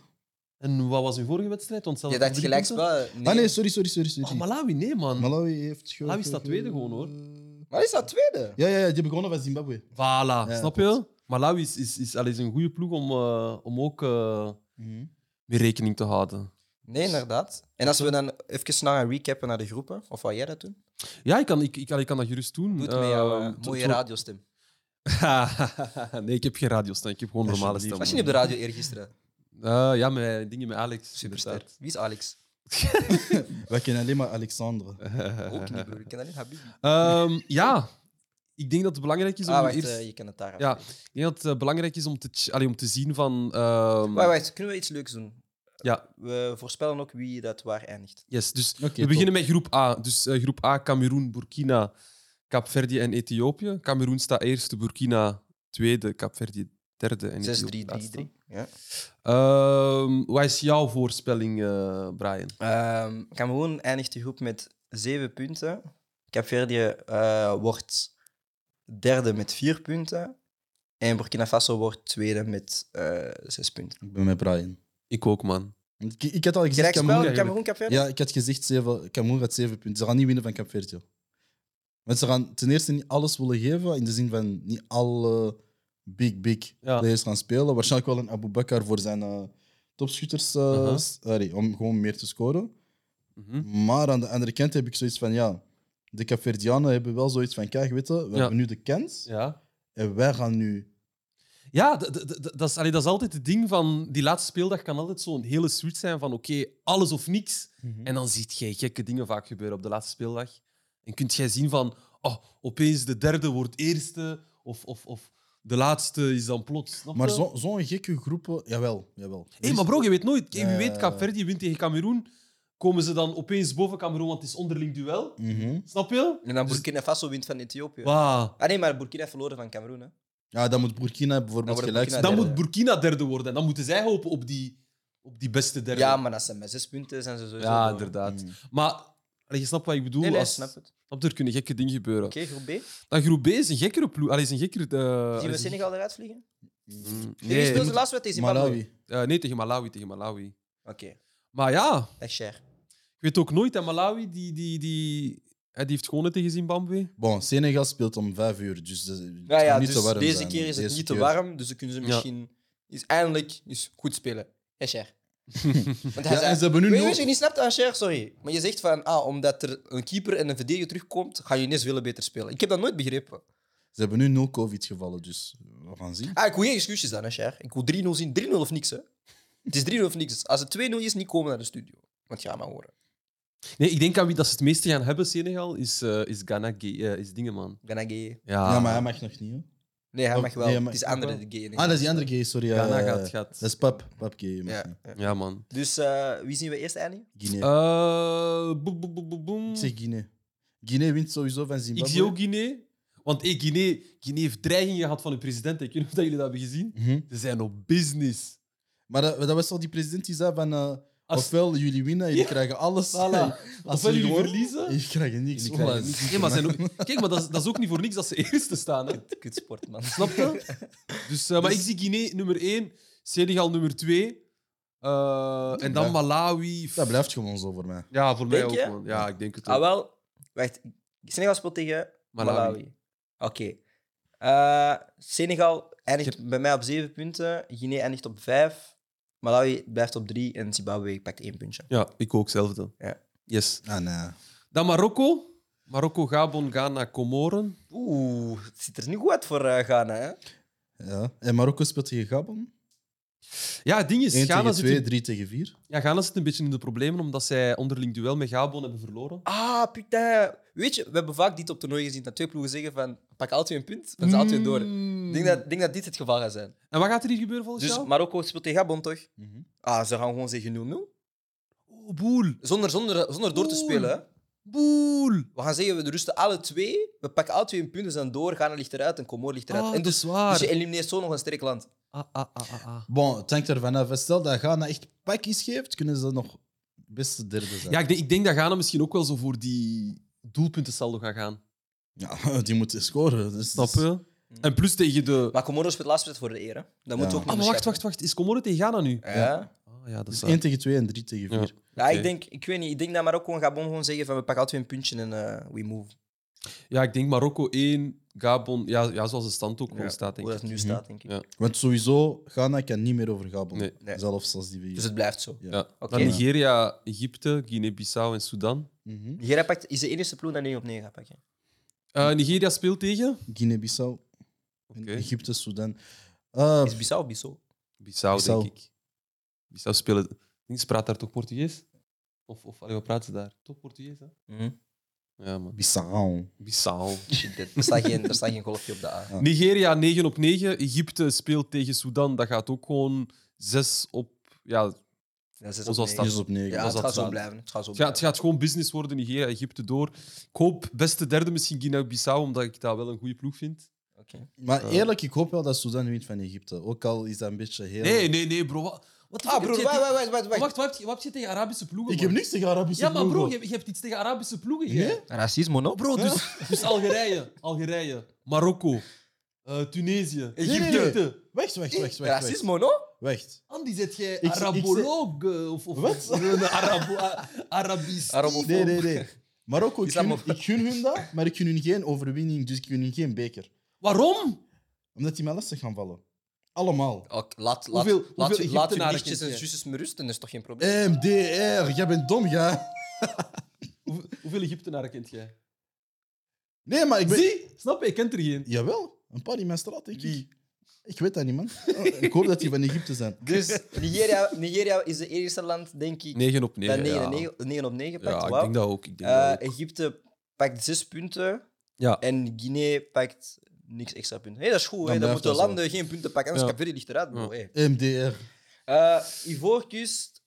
B: En wat was hun vorige wedstrijd? Want ze
C: Je
B: hadden
C: dacht
B: drie
C: gelijk
B: punten.
C: spel. Nee.
A: Ah nee, sorry, sorry, sorry. sorry.
B: Oh, Malawi, nee, man.
A: Malawi heeft... ge- Eh,
B: Malawi staat tweede gewoon, hoor.
C: Maar is dat tweede?
A: Ja, ja, ja, die begonnen van Zimbabwe.
B: Voilà,
A: Ja,
B: snap je? Malawi is, is, is, allee, is een goede ploeg om, eh, om ook eh,
A: Mhm.
B: mee rekening te houden.
C: Nee, inderdaad. En als we dan even snel gaan recappen naar de groepen, of wat jij dat doet?
B: Ja, ik kan, ik, ik, allee, ik kan dat gerust doen.
C: Doe het met jouw eh,
B: Eh, to-
C: mooie
B: to-
C: radiostem.
B: [laughs] nee, ik heb geen radiostem. Ik heb gewoon normale stem.
C: Was je niet op de radio [laughs] eergisteren?
B: Eh, ja, met dingen met Alex.
C: Superster.
B: inderdaad.
C: Wie is Alex?
A: Wij kennen alleen maar Alexandre.
C: Ook niet, broer. Ik ken alleen Habibi.
B: Ehm, ja, ik denk dat het belangrijk is om
C: Ah, wacht,
B: eerst-
C: eh, je kan het daar.
B: Ja. ik denk dat het eh, belangrijk is om te, ch- allee, om te zien van. ehm,
C: Wacht, wacht, kunnen we iets leuks doen?
B: Ja.
C: We voorspellen ook wie dat waar eindigt.
B: Yes, dus
A: Oké,
B: we beginnen met groep A. Dus eh, groep A, Cameroen, Burkina, Kaapverdi en Ethiopië. Cameroen staat eerste, Burkina tweede, Kaapverdi derde en
C: 6-3-3-3.
B: Ethiopië laatste.
C: Ja.
B: Ehm, wat is jouw voorspelling, eh, Brian?
C: Ehm Cameroen eindigt de groep met 7 punten. Capverdië eh wordt derde met 4 punten. En Burkina Faso wordt tweede met 6 punten.
A: Ik ben met Brian.
B: Ik ook, man.
A: Ik, ik had al gezegd...
C: Gelijk
A: Cameroen-
C: spel, Cameroen, Capverdië?
A: Ja, ik had gezegd, zeven, Cameroen gaat zeven punten. Ze gaan niet winnen van Cap Verde. Want ze gaan ten eerste niet alles willen geven, in de zin van niet alle big, big
B: Ja.
A: players gaan spelen. Waarschijnlijk wel een Abu Bakar voor zijn eh, topschutters, eh,
B: Uh-huh.
A: s- allee, om gewoon meer te scoren.
B: Mhm.
A: Maar aan de andere kant heb ik zoiets van, ja, de Capverdianen hebben wel zoiets van, kijk, weet je, we
B: Ja.
A: hebben nu de kans
B: Ja.
A: en wij gaan nu...
B: Ja, d- d- d- dat is, allee, dat is altijd het ding van die laatste speeldag kan altijd zo'n hele switch zijn van oké, alles of niks.
A: Mhm.
B: En dan ziet jij gekke dingen vaak gebeuren op de laatste speeldag. En kunt jij zien van oh, opeens de derde wordt eerste of, of, of de laatste is dan plots. snap
A: Maar
B: je?
A: zo- zo'n gekke groepen, jawel, jawel.
B: Hé, maar bro, je weet nooit. Wie
A: Ja,
B: weet,
A: ja, ja.
B: Kaapverdi wint tegen Cameroen. Komen ze dan opeens boven Cameroen, want het is onderling duel.
A: Mhm.
B: Snap je?
C: En dan Burkina Faso wint van Ethiopië.
B: Wauw.
C: Ah nee, maar Burkina verloren van Cameroen. Hè?
A: Ja, dan moet Burkina bijvoorbeeld
C: Dan
A: gelijk
C: wordt Burkina
B: Dan
A: spelen.
C: derde.
B: moet Burkina derde worden. En dan moeten zij hopen op die, op die beste derde.
C: Ja, maar dat zijn met 6 punten zijn ze sowieso.
B: Ja,
C: door.
B: inderdaad.
A: Mm.
B: Maar allee, je snapt wat ik bedoel.
C: Nee, nee,
B: als,
C: snap het.
B: snap je, er kunnen gekke dingen gebeuren.
C: Oké, groep B.
B: Dan groep B is een gekkere ploeg. Allee, is een gekkere... eh,
C: Zien we
B: is een-
C: Senegal eruit vliegen?
B: Mm,
C: Nee, die
B: Nee,
C: speelt de laatste wedstrijd in Zimbabwe.
A: Malawi.
C: Oké,
B: eh, nee, tegen Malawi, tegen Malawi. Maar ja,
C: echt share.
B: ik weet ook nooit. En Malawi, die, die, die, eh, die heeft gewonnen tegen Zimbabwe.
A: Bon, Senegal speelt om vijf uur, dus dat het
C: Ja, ja,
A: kan niet
C: dus
A: te warm
C: deze
A: zijn.
C: keer is het
A: Deze
C: niet te
A: keer.
C: warm, dus ze kunnen ze
B: Ja.
C: misschien is eindelijk eens goed spelen. Asher.
A: [laughs]
C: Want hij
A: Ja,
C: zei,
A: en ze hebben nu
C: weet
A: nul-
C: je wat je niet snapt, Asher, sorry. Maar je zegt van, ah, omdat er een keeper en een verdediger terugkomt, gaan jullie ineens willen beter spelen. Ik heb dat nooit begrepen.
A: Ze hebben nu nul COVID-gevallen, dus we gaan zien.
C: Ah, ik wil geen excuses dan, Asher. Ik wil 3-0 zien. 3-0 of niks, hè. Het is 3-0 of niks. Als het 2-0 is, niet komen naar de studio. Want ga maar horen.
B: Nee, ik denk aan wie dat ze het meeste gaan hebben, Senegal, is, eh, is Ghana, Ge- eh, is Dingeman.
C: Ghana gay.
B: Ja,
A: Ja, maar hij mag nog niet, hoor.
C: Nee, hij
A: Oh,
C: mag wel.
A: nee, hij mag-
C: het is andere de gay.
A: Ah, dat is die andere gay, sorry.
B: Ghana
A: eh,
B: gaat... gaat.
A: Dat is pap, pap gay. mag
C: Ja,
A: niet.
C: ja.
B: Ja, Um, man.
C: Dus eh, wie zien we eerst, Annie?
A: Guinea.
B: Eh, boem, boem, boem, boem, boem.
A: Ik zeg Guinea. Guinea wint sowieso van
B: Ik
A: Zimbabwe.
B: zie ook Guinea. Want hey, Guinea, Guinea heeft dreigingen gehad van de president. Ik weet niet of dat jullie dat hebben gezien.
A: Mhm.
B: Ze zijn op business.
A: Maar dat, dat was al die president die zei van... eh,
B: Als-
A: Ofwel jullie winnen, jullie krijgen alles.
B: Voilà.
A: [laughs] Als
B: Ofwel jullie
A: gewoon-
B: verliezen.
A: Jullie krijgen niks.
B: Jullie
A: voilà.
B: krijgen niks. Nee,
A: [laughs]
B: maar zijn ook- [laughs] Kijk, maar dat is, dat is ook niet voor niks dat ze [laughs] eerste staan. Hè.
C: Kutsport,
A: [laughs]
C: man.
B: Snap je? Dus, eh, Maar ik zie Guinea nummer 1, Senegal nummer 2. en dan
A: Ja.
B: Malawi.
A: Dat blijft gewoon zo voor mij.
B: Ja, voor mij
C: Denk
B: ook,
C: je?
B: man. Ja, ik denk het ook.
C: Ah, wel. Wacht. Senegal speelt tegen Malawi.
B: Malawi.
C: Oké. Eh, Senegal eindigt
B: Ik
C: bij mij op 7 punten. Guinea eindigt op 5. Malawi blijft op 3. En Zimbabwe pakt 1 puntje.
B: Ja, ik ook zelfde.
C: Ja.
B: Yes.
A: Ah, nee.
B: Dan Marokko. Marokko, Gabon, Ghana, Comoren.
C: Oeh, het ziet er niet goed uit voor eh, Ghana, hè?
A: Ja. En Marokko speelt tegen Gabon.
B: Ja, het ding
A: 1
B: is, Ghana
A: tegen
B: zit,
A: 2,
B: in,
A: 3 tegen 4.
B: ja, Ghana zit een beetje in de problemen omdat zij onderling duel met Gabon hebben verloren.
C: Ah, putain. Weet je, we hebben vaak dit op toernooi gezien, dat twee ploegen zeggen van, pak altijd een punt, dan zijn altijd door. Ik denk dat, ik denk dat dit het geval gaat zijn.
B: Hmm. En wat gaat er hier gebeuren volgens
C: Dus
B: jou?
C: Marokko speelt tegen Gabon, toch?
A: Mhm.
C: Ah, ze gaan gewoon zeggen 0-0.
B: Oh, boel,
C: Zonder, zonder, zonder door te
B: Oeh.
C: spelen, hè?
B: boel.
C: We gaan zeggen, we rusten alle twee, we pakken alle twee een punt, dus we zijn door, Ghana ligt eruit en Comor ligt eruit.
A: Oh.
B: Ah,
C: en
B: dat
C: dus,
B: is waar.
C: dus je elimineert zo nog een sterk land.
B: Ah, ah, ah, ah, ah.
A: Bon, het hangt ervan af. Stel dat Ghana echt pakjes geeft, kunnen ze nog best de derde zijn.
B: Ja, ik denk, ik denk dat Ghana misschien ook wel zo voor die doelpuntensaldo gaat gaan.
A: Ja, [laughs] die moeten scoren. Dus,
B: Snap je? En plus tegen de...
C: Maar Comoro speelt laatst wedstrijd voor de eer, hè? Dat moeten
A: Ja.
B: Ah,
C: we ook niet
B: maar wacht,
C: onderschatten.
B: wacht, wacht. Is Comoren tegen Ghana nu?
C: Ja.
B: Ah, ja, dat
A: Dus
B: is
A: 1 tegen 2 en 3 tegen 4.
B: Ja.
C: Ja,
B: Oké.
C: ik denk, ik weet niet, ik denk dat Marokko en Gabon gewoon zeggen van, we pakken altijd een puntje en eh, we move.
B: Ja, ik denk Marokko 1, Gabon... Ja, ja zoals de stand ook
C: Ja,
B: gewoon staat, denk
C: Hoe dat
B: ik. Mhm.
C: nu staat, denk ik.
B: Ja.
A: Want sowieso, Ghana kan niet meer over Gabon.
B: Nee.
C: Nee.
A: Zelfs als die we hier-
C: Dus het blijft zo.
A: Ja.
B: Ja.
C: Oké.
B: Dan Nigeria, Egypte, Guinea-Bissau en Sudan.
A: Mhm.
C: Nigeria pakt, is de enige ploeg dat 9 op 9 gaat pakken.
B: Eh, Nigeria speelt tegen...
A: Guinea-Bissau, en
B: Oké.
A: Egypte, Sudan. Eh,
C: Is Bissau of Bissau?
B: Bissau,
A: Bissau.
B: denk ik. Bissau spelen... Denk, ze praat daar toch Portugees? Of, of allee, wat praten ze daar? Toch Portugees, hè?
C: Hm?
B: Ja, man.
A: Bissau.
B: Bissau.
C: Shit, dit- er staat geen, er staat geen golfje op de A.
A: Ja.
B: Nigeria 9 op 9. Egypte speelt tegen Sudan. Dat gaat ook gewoon 6 op. Ja, het,
C: Ja, zes
B: Ons
C: op
B: als
C: negen.
B: dat-
A: Dus op 9.
C: Ja,
B: als
C: het
B: dat
C: gaat zo
B: staat.
C: blijven. Het gaat zo
B: gaat,
C: blijven.
B: het gaat gewoon business worden. Nigeria, Egypte door. Ik hoop beste derde misschien Guinea-Bissau, omdat ik dat wel een goede ploeg vind.
C: Oké.
A: Maar eerlijk, ik hoop wel dat Sudan wint van Egypte. Ook al is dat een beetje heel...
B: Nee, nee, nee, bro. Wat, wat de
C: Ah,
B: fuck
C: broer,
B: heb jij
C: wacht,
B: te-
C: wacht, wacht, wacht.
B: Wacht, wat heb je- wat heb je tegen Arabische ploegen?
A: Ik
B: man?
A: heb niks tegen Arabische
B: Ja, maar bro,
A: ploegen.
B: je, je hebt iets tegen Arabische ploegen.
A: Nee?
B: jij.
C: Racisme, no?
B: Bro, dus, dus Algerije, Algerije, Marokko, eh, Tunesië,
A: nee,
B: Egypte.
A: Wacht, wacht, wacht. wacht, wacht.
C: Racisme, no?
A: wacht.
B: Andy, zet jij
A: ik zeg-
B: Araboloog? eh, Of, of [laughs]
A: Wat?
B: Een Arabo, A- Arabisch.
C: Arabofoon.
A: Nee, nee, nee. Marokko, ik gun,
C: Islamof-
A: ik gun hun dat, maar ik gun hun geen overwinning, dus ik gun hun geen beker.
B: Waarom?
A: Omdat die mij lastig gaan vallen. Allemaal.
C: Oké, laat, laat,
B: Hoeveel-
C: laat,
B: hoeveel
C: laat je
B: Egyptenaren
C: nichtjes
B: kent
C: en
B: jij?
C: zusjes me rusten, dat is toch geen probleem?
A: MDR, jij bent dom, ja.
B: Hoe- hoeveel Egyptenaren kent jij?
A: Nee, maar ik ben...
B: Zie, snap je? Ik kent er geen.
A: Jawel, een paar in mijn straat, denk ik. Ik weet dat niet, man. Oh, ik hoop dat die van Egypte
B: [laughs]
A: zijn.
C: Dus Nigeria, Nigeria is het eerste land, denk ik,
B: 9 op
C: dat 9, op 9 pakt.
B: Ja, ik
C: Wauw.
B: denk dat ook. Ik denk
C: Eh,
B: dat ook.
C: Egypte pakt zes punten
B: Ja.
C: en Guinea pakt niks extra punten. Hé, dat is goed,
A: Dan
C: hè? dan
A: blijft
C: moeten
A: dat zo.
C: landen geen punten pakken, anders
B: Ja.
C: ja. Capverdi ligt eruit. Bro.
B: Ja.
C: hé.
A: MDR.
C: Eh, Ivoorkust,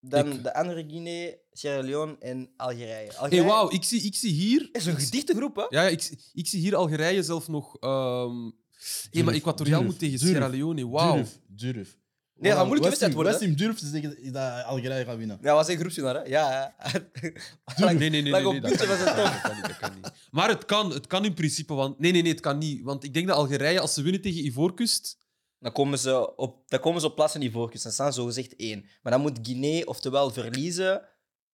C: dan
B: Ik-
C: de andere Guinea, Sierra Leone en Algerije. Algerije
B: hey, wauw, ik zie, ik zie hier...
C: is een gedichte groep, hè?
B: Ja, ja, ik, ik zie hier Algerije zelf nog... ehm hey, maar
A: Durf,
B: Equatoriaal
A: durf,
B: moet tegen
A: durf,
B: Sierra Leone. Wauw. [laughs]
A: Durf, durf.
C: Nee, dat gaat moeilijk
A: Westim-
C: wedstrijd worden, hè?
A: Westim durft te zeggen dat Algerije gaat winnen.
C: Ja, was een groepswinnaar, hè? [laughs] Ja, ja.
B: Nee, nee, nee. nee,
C: Lag op
B: nee, dat
C: puntje
B: kan
C: van
B: niet, dat kan
C: zijn
B: niet, dat kan niet. Maar het kan, het kan in principe. Want... Nee, nee, nee, het kan niet. Want ik denk dat Algerije, als ze winnen tegen Ivoorkust...
C: Dan komen ze op, dan komen ze op plaats in Ivoorkust. Dan staan ze zogezegd één. Maar dan moet Guinea oftewel verliezen.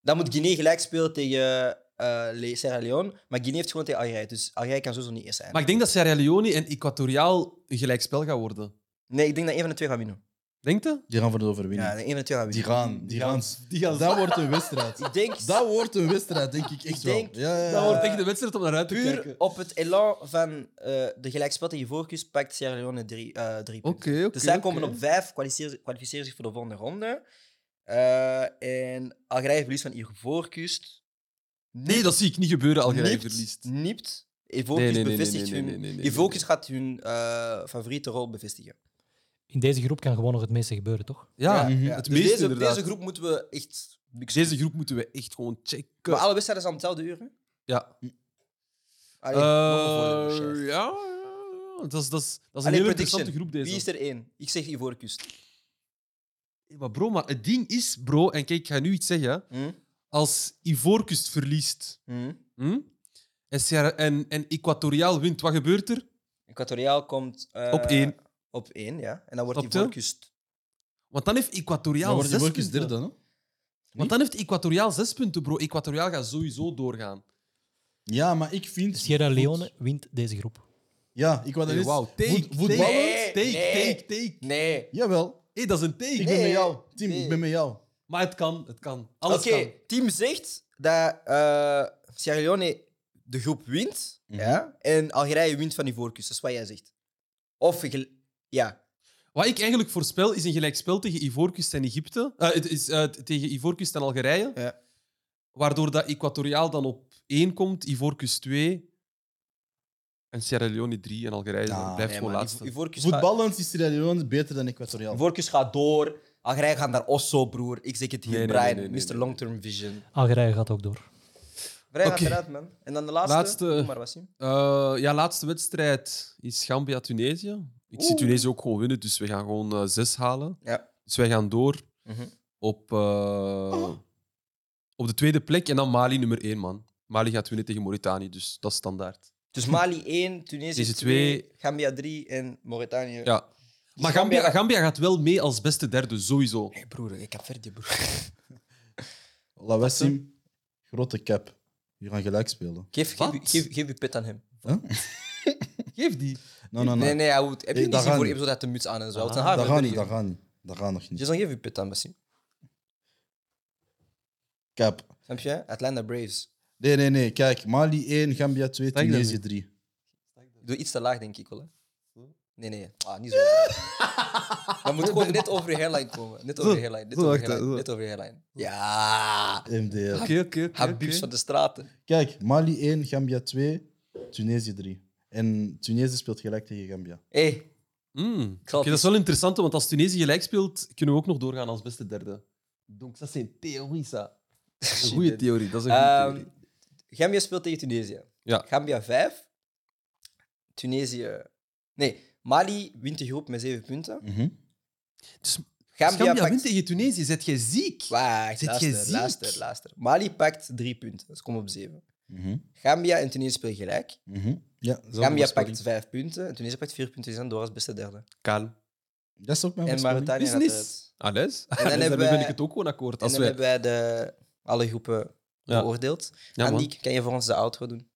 C: Dan moet Guinea gelijk spelen tegen eh, Le- Sierra Leone. Maar Guinea heeft gewoon tegen Algerije. Dus Algerije kan sowieso niet eerst zijn.
B: Maar ik denk dat Sierra Leone en Equatoriaal een gelijkspel gaan worden.
C: Nee, ik denk dat één van de twee gaat winnen.
B: Denkt je?
A: Die gaan voor de
C: Ja,
A: overwinning.
C: één van de twee gaat
A: Die
C: winnen.
A: gaan, die gaan.
B: Die gaan
A: Dat wordt een
B: [laughs]
A: wedstrijd.
C: Ik denk
A: Dat wordt een wedstrijd, denk ik echt
C: Ik
A: wel.
C: denk
A: Ja, ja,
B: Dat
A: ja.
B: wordt echt de wedstrijd om naar uit te kijken.
C: puur op het elan van eh, de gelijkspel tegen Ivoorkust pakt Sierra Leone drie, eh, drie punten.
B: Oké, oké.
C: dus zij
B: oké.
C: komen op vijf, kwalificeren, kwalificeren zich voor de volgende ronde. Eh, en Algerije verliest van Ivoorkust.
B: Nee, dat zie ik niet gebeuren. Algerije
C: Nipt,
B: verliest.
C: Nipt. Ivoorkust
B: Nee, nee, nee,
C: bevestigt
B: nee, nee,
C: hun...
B: nee, nee, nee,
C: Ivoorkust gaat hun eh, favoriete rol bevestigen.
F: In deze groep kan gewoon nog het meeste gebeuren, toch?
B: Ja,
A: mhm.
B: het
C: Dus
B: meeste
C: deze,
B: inderdaad.
C: deze groep moeten we echt...
B: Deze groep moeten we echt gewoon checken.
C: Maar alle wedstrijden zijn om hetzelfde uur, hè?
B: ja.
C: Allee, nog een voordeel dus, voor
B: Eh,
C: Sheriff.
B: ja, ja, ja. dat is, dat is, dat is een
C: Allee,
B: hele
C: prediction.
B: interessante groep deze.
C: Wie is er één? Ik zeg Ivoorkust.
B: Maar bro, maar het ding is, bro, en kijk, ik ga nu iets zeggen. hè.
C: Hm?
B: Als Ivoorkust verliest
C: Hm?
B: hm? en, Sierra- en, en Equatoriaal wint, wat gebeurt er?
C: Equatoriaal komt... eh,
B: Op één.
C: Op één, ja. En dan wordt
B: Snap je?
C: Ivoorkust...
B: Want dan heeft Equatoriaal
A: Dan wordt die
B: zes
A: Workers
B: punten.
A: derde, hè?
B: Want dan heeft Equatoriaal zes punten, bro. Equatoriaal gaat sowieso doorgaan.
A: Ja, maar ik vind...
F: Sierra
A: voet-
F: Leone wint deze groep.
A: Ja, ik wou dat
B: Hey,
A: eens...
B: wauw, take,
A: voet-
B: take,
A: voetballen?
B: take, take,
C: Nee,
B: take, take.
C: Nee.
A: Jawel.
B: Hey, dat is een take.
A: Ik ben met
C: Nee.
A: jou. Tim,
C: Nee.
A: ik ben met jou.
B: Maar het kan, het kan.
C: Oké,
B: Alles kan.
C: team zegt dat eh Sierra Leone de groep wint
A: Mhm.
C: ja, en Algerije wint van die voorkust. Dat is wat jij zegt. Of gel- ja,
B: Wat ik eigenlijk voorspel is een gelijkspel tegen Ivoorkust en Egypte. Eh, het is, eh, tegen Ivoorkust en Algerije.
C: Ja.
B: Waardoor dat Equatoriaal dan op 1 komt, Ivoorkust 2 en Sierra Leone 3 en Algerije
A: Ah,
B: dan blijft
C: nee,
B: gewoon
C: man,
B: laatste.
C: die, die voorkust, gaat,
A: Voetballend is Sierra Leone beter dan Equatoriaal.
C: die voorkust Oh. gaat door. Ah, Algerije gaat naar Osso, broer. Ik zeg het hier,
B: Nee, nee,
C: Brian.
B: nee, nee, nee,
C: Mr.
B: nee.
C: Long Term Vision.
F: Algerije gaat ook door.
C: Brian gaat
B: Oké.
C: eruit, man. En dan de laatste.
B: Laatste.
C: Doe maar, Wassim.
B: Eh, ja, laatste wedstrijd is Gambia-Tunesië. Ik zie
C: Oeh.
B: Tunesië ook gewoon winnen, dus we gaan gewoon eh, zes halen.
C: Ja.
B: Dus wij gaan door
C: Mhm. Oh.
B: op, eh, op de tweede plek en dan Mali nummer 1, man. Mali gaat winnen tegen Mauritanië, dus dat is standaard.
C: Dus Mali 1, Tunesië
B: Deze
C: 2,
B: twee-
C: Gambia 3 en Mauritanië.
B: Ja. Maar
C: Gambia-
B: Gambia, Gambia gaat wel mee als beste derde, sowieso.
C: Nee, broer, ik heb verder, broer.
A: La Wessim, grote cap. Je gaat gelijk spelen.
C: Geef, geef,
B: Wat?
C: uw- geef, geef uw pit aan hem.
B: Geef die.
A: Nee, nee,
C: Nee,
A: nee.
C: nee, hij moet, heb je
A: Nee,
C: niet
A: dat
C: gezien
A: gaat
C: voor
A: niet.
C: episode dat de muts aan en zo.
B: Ah,
C: Het is een
A: Dat
C: haar
A: gaat niet, dat gaat niet. Dat gaat nog niet.
C: Dus dan geef uw pit aan, Bassim.
A: Cap.
C: Snap je? Atlanta Braves.
A: Nee, nee, nee. Kijk, Mali 1, Gambia 2,
B: Denk dat
A: Tunesië
B: niet.
A: 3.
C: Doe iets te laag, denk ik wel. Hè? Nee, nee.
B: [laughs]
C: Ah, niet zo. Dat moet gewoon net over je hairline komen. Net over je hairline. Net
B: zo
C: over je
B: wacht,
C: hairline.
B: zo.
C: Net over je hairline. Ja.
A: MDR.
B: Oké, oké, oké,
C: Habibs
B: oké.
C: van de straten.
A: Kijk, Mali 1, Gambia 2, Tunesië 3. En Tunesië speelt gelijk tegen Gambia.
C: Hé, hey,
B: Mm.
C: zal
B: Oké, dat
C: het
B: is wel interessant, want als Tunesië gelijk speelt, kunnen we ook nog doorgaan als beste derde. Donc, dat is een theorie, ça. Dat is Een goede theorie, dat is een goede
C: Ehm,
B: theorie. Dus
C: Gambia speelt tegen Tunesië.
B: Ja.
C: Gambia 5. Tunesië. Nee, Mali wint de groep met 7 punten.
B: Dus
C: Gambia,
B: Gambia
C: pakt...
B: wint tegen Tunesië, zet jij ziek?
C: Wacht,
B: Zit je
C: luister,
B: ziek?
C: luister, luister. Mali pakt 3 punten. Dus kom op 7. Gambia en Tunesië spelen gelijk.
A: Mhm. Ja, zelfde
C: Gambia
A: voorspelling.
C: pakt 5 punten. En Tunesië pakt 4 punten. Die zijn door als beste derde.
B: Kalm.
A: Dat is ook mijn
C: En
A: voorspelling.
C: Mauritanië gaat
B: Business.
C: eruit.
B: Alles. En [laughs]
C: dan
B: dan
C: hebben
B: ben
C: wij-
B: ik het ook gewoon akkoord.
C: En
B: Als
C: dan
B: wij...
C: hebben wij de, alle groepen
B: Ja.
C: beoordeeld.
B: Ja, man.
C: Andiek, kan je voor ons de outro doen?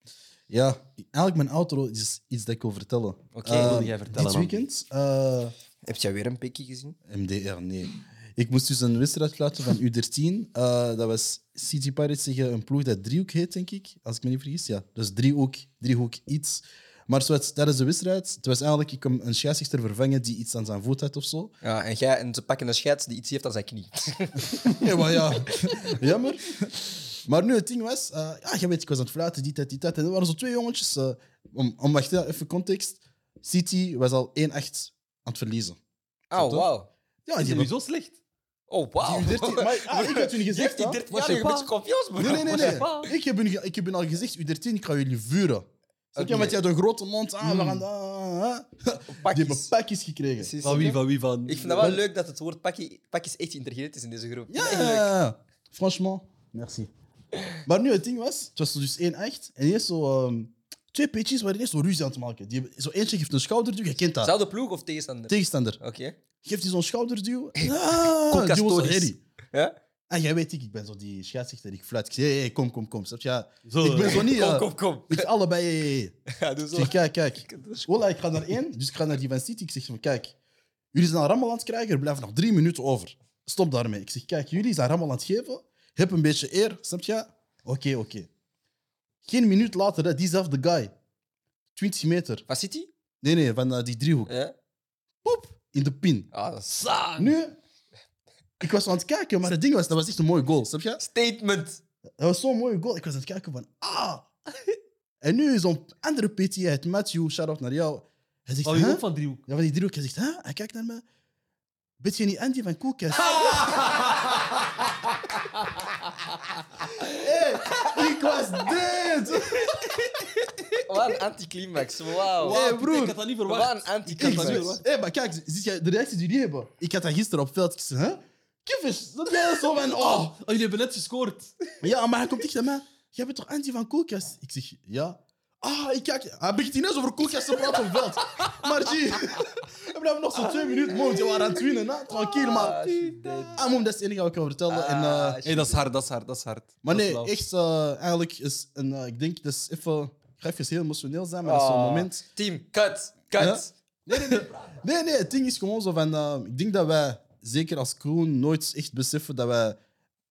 A: Ja, eigenlijk mijn outro is iets dat ik wil vertellen.
C: Oké.
A: Eh,
B: Wat wil jij vertellen,
A: dit
B: man?
A: weekend... eh,
C: Heb jij weer een pikje gezien?
A: MDR, nee. Ik moest dus een wedstrijd laten van U13. Eh, dat was CG Pirates tegen een ploeg dat driehoek heet, denk ik. Als ik me niet vergis. Ja, dus driehoek, driehoek iets. Maar zoals, tijdens de wedstrijd, het was eigenlijk ik kwam een scheidsrechter vervangen die iets aan zijn voet had of zo.
C: Ja, en, jij, en ze pakken een scheids die iets heeft aan zijn knie. [laughs]
A: Ja, maar ja, [laughs] jammer. Maar nu, het ding was, eh, ja, je weet, ik was aan het fluiten, die tijd, die tijd. En er waren zo twee jongetjes. eh, om, om wacht, ja, even context. City was al 1-8 aan het verliezen.
C: Oh,
A: toch?
C: wauw.
A: Ja, die
B: Is het nu
A: hebben
B: zo slecht?
C: Oh, wauw.
A: die
C: [laughs]
A: U13
B: [laughs]
A: maar, ah, ik had jullie
C: Je hebt
A: gezegd,
C: die
A: hè.
C: 13-jarige
B: je pa?
C: beetje confiance, bro.
A: Nee, nee, nee.
B: Was je
A: nee.
B: pa?
A: Ik, heb hun, ge- ik heb hun al gezegd, U13, ik ga jullie vuren. Zeg je,
C: Oké.
A: met jij de grote mond aan,
B: Hmm.
A: we gaan... ah, ah. Die hebben
C: Pakjes.
A: pakjes gekregen.
C: Precies.
B: Van wie, van wie, van?
C: Ik vind dat wel leuk dat het woord pakje, pakjes echt geïntegreerd is in deze groep.
A: Ja,
C: Echt
A: ja,
C: leuk.
A: ja, ja. Franchement, merci. Maar nu, het ding was, het was dus 1-8. En eerst zo... ehm, twee pitches waren eerst zo ruzie aan het maken. Die, hebben- zo eentje geeft een schouderduw, je kent dat.
C: Zelfde ploeg of tegenstander?
A: Tegenstander.
C: Oké.
A: Geeft hij zo'n schouderduw. Ah,
C: Coca
A: die was zo
C: stories.
A: herrie.
C: Ja?
A: En jij weet, ik, ik ben zo die scheidsrechter, ik fluit. Ik zeg, hey, hey, kom, kom, kom. Snap je? Ja,
B: Zo,
A: ik ben zo niet... eh,
C: Kom, kom, kom.
A: Ik allebei... hey, hey, hey.
C: Ja, doe
A: Ik
C: zo.
A: zeg, kijk, kijk. Ola, ik ga naar één, dus ik ga naar die van City. Ik zeg van, kijk, jullie zijn aan rammel aan het krijgen, er blijven nog drie minuten over. Stop daarmee. Ik zeg, kijk, jullie zijn rammel aan het geven, heb een beetje eer, snap je? Oké, oké. Geen minuut later, hè, diezelfde guy, 20 meter,
C: Van City?
A: nee, nee, van eh, die driehoek,
C: Ja.
A: in de pin.
C: Ah, dat is zang.
A: Nu, ik was aan het kijken, maar het ding was, dat was echt een mooie goal, snap je?
C: Statement.
A: Dat was zo'n mooie goal. Ik was aan het kijken van, ah. [laughs] En nu zo'n andere PT, het Matthew, shout-out naar jou. Hij zegt,
B: Van wie
A: hè?
B: ook van [laughs] driehoek?
A: Ja, van die driehoek. Hij zegt, hè? Hij kijkt naar me. Weet je niet Andy van Koelkast? [laughs] hey, ik was dead!
C: Wat een anticlimax. Wauw.
A: Wow. Hey, broer.
B: Ik had dat niet verwacht. Oh,
C: Wat een
A: Ik was
C: anticlimax.
A: dead. Hey, maar kijk, ziet jij de reacties die jullie hebben? Ik had dat gisteren op veld gezien, hè? Kiffers, dat jij zo van,
B: Oh,
A: oh.
B: oh, jullie hebben net gescoord.
A: Ja, maar hij komt dicht naar mij. Jij bent toch Andy van Koelkast? Ik zeg, ja. Ah, ik kijk. Hij begint ineens over Koelkast te praten op veld. Maar zie, [laughs] we hebben nog zo'n twee minuten. Mooi, we waren aan het winnen, hè? Tranquil, maar... Ah, moem, dat is het enige wat ik wil vertellen. en, eh,
B: Hey, dat is hard, dat is hard, dat is hard.
A: Maar
B: Dat is
A: nee,
B: lauw.
A: echt, eh, eigenlijk is een, eh, ik denk, dat is even, ik ga even heel emotioneel zijn, maar dat is zo'n
C: Ah.
A: moment.
C: Team, cut, cut.
A: Nee, nee, nee. Nee, nee, het ding is gewoon zo van, eh, ik denk dat wij, zeker als crew, nooit echt beseffen dat wij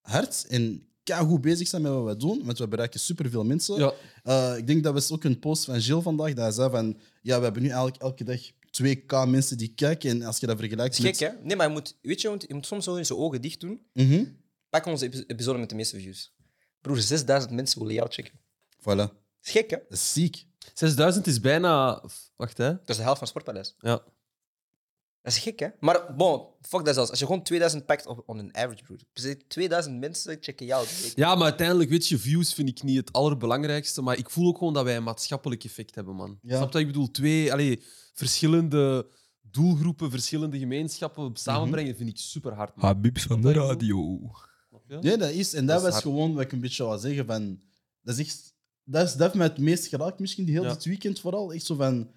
A: hard en goed bezig zijn met wat we doen, want we bereiken superveel mensen.
B: Ja.
A: Eh, ik denk dat we ook een post van Jill vandaag, dat hij zei van, ja, we hebben nu eigenlijk elke dag 2k mensen die kijken. En als je dat vergelijkt
C: Dat is
A: met...
C: gek, hè? Nee, maar je moet, weet je, want je moet soms zo zijn ogen dicht doen.
A: Mhm.
C: Pak onze epi- episode met de meeste views. Broer, 6000 mensen willen jou checken.
A: Voilà.
C: Dat is gek, hè?
A: Dat is ziek.
B: 6000 is bijna. Wacht, hè?
C: Dat is de helft van Sportpaleis.
B: Ja.
C: Dat is gek, hè? Maar bon, fuck dat zelfs. Als je gewoon 2000 pakt op on een average, broer. Dus 2000 mensen checken jou.
B: Ja, maar uiteindelijk, weet je, views vind ik niet het allerbelangrijkste. Maar ik voel ook gewoon dat wij een maatschappelijk effect hebben, man.
A: Ja.
B: Snap je? Ik bedoel, twee allee, verschillende doelgroepen, verschillende gemeenschappen samenbrengen vind ik super hard. man.
G: Habibs van de radio.
B: Snap je?
A: Nee, dat is. En dat,
B: Dat is
A: was
B: hard.
A: gewoon wat ik een beetje wou zeggen. Van, dat, is echt, dat, is, dat heeft mij het meest geraakt, misschien heel
B: Ja.
A: dit weekend vooral. Echt zo van,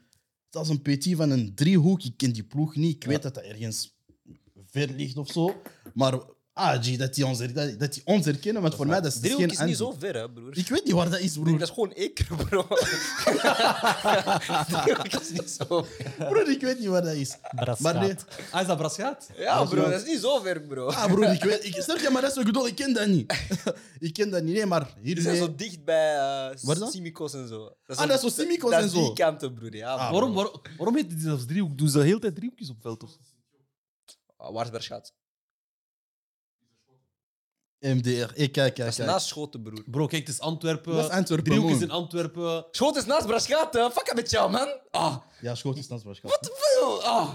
A: dat is een PT van een driehoek. Ik ken die ploeg niet. Ik weet dat dat ergens ver ligt of zo. Maar ah, gee, dat die ons, her- dat, dat die ons herkennen, want voor mij dat is dat is
C: Driehoek
A: geen
C: is niet
A: Andy.
C: zo ver, hè, broer.
A: Ik weet niet waar dat is,
C: Broer,
A: broer.
C: dat is gewoon ik, [laughs] bro. Driehoek is niet zo ver.
A: Broer, ik weet niet waar dat is. Maar nee,
F: Brasstraat.
B: Ah, is dat Brasgaat?
C: Ja, bro, Ah, dat is niet zo ver, bro.
A: ah, broer, ik weet... Ik, snap je, maar dat is wat ik bedoel, Ik ken dat niet. ik ken dat niet, nee, maar
C: Die zijn
A: hier...
C: zo dicht bij eh,
A: Waar dan?
C: Simicos en zo.
A: Ah, dat is zo Simicos
C: dat
A: en
C: is
A: zo.
C: die kanten, broer. Ja,
A: Ah,
C: ah,
B: Waarom, waarom, waarom heet het zelfs driehoek? Doen ze de hele tijd driehoekjes op veld? Of? zo?
C: Ah, Waarsbergschaat.
A: MDR. Ik kijk,
C: Dat
A: kijk,
C: is
A: kijk.
C: naast Schoten, broer.
B: Bro, kijk, het is Antwerpen.
C: eh,
A: Dat is Antwerpen,
B: Driehoek is
A: man.
B: in Antwerpen.
C: Schoten is naast Brasschaat, hè. Fuck up met jou, man.
B: Ah,
A: Ja, schoot is Wat?
C: Ah.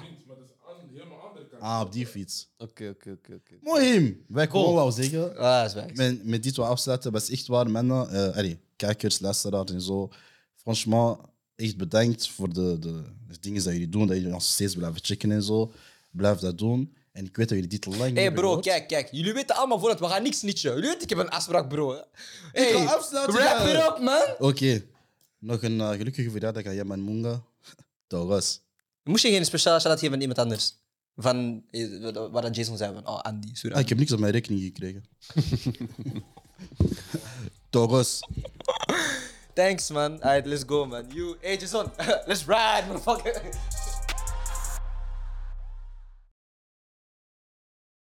A: Ah, op die fiets.
B: oké, oké, oké. oké.
A: Mooi. Wij
B: Cool.
A: komen wel zeggen.
C: Ah, dat is weg.
A: Met, met dit wat afsluiten, dat is echt waar, mannen. Eh, allee, kijkers, luisteraars en zo. Franchement, echt bedankt voor de, de, de dingen dat jullie doen. Dat jullie ons steeds blijven checken en zo. Blijf dat doen. En ik weet dat jullie dit lang
C: Hé hey
A: hebben
C: bro,
A: gehoord.
C: kijk, kijk. Jullie weten allemaal vooruit, we gaan niks snitchen. Jullie weten, ik heb een afspraak, bro. Hey,
A: ga afsluiten,
C: wrap
A: ja.
C: it up, man.
A: Oké. Nog een eh, gelukkige verjaardag aan Jaman [laughs] Munga. Douglas.
C: Moest je geen speciale shout-out geven aan iemand anders? Van eh, wat- wat dat Jason zei, van oh, Andy, sorry.
A: Ah, ik heb niks op mijn rekening
C: [laughs]
A: gekregen. Douglas.
C: [laughs] Thanks, man. Alright, let's go, man. You, hey Jason, let's ride, motherfucker. [laughs]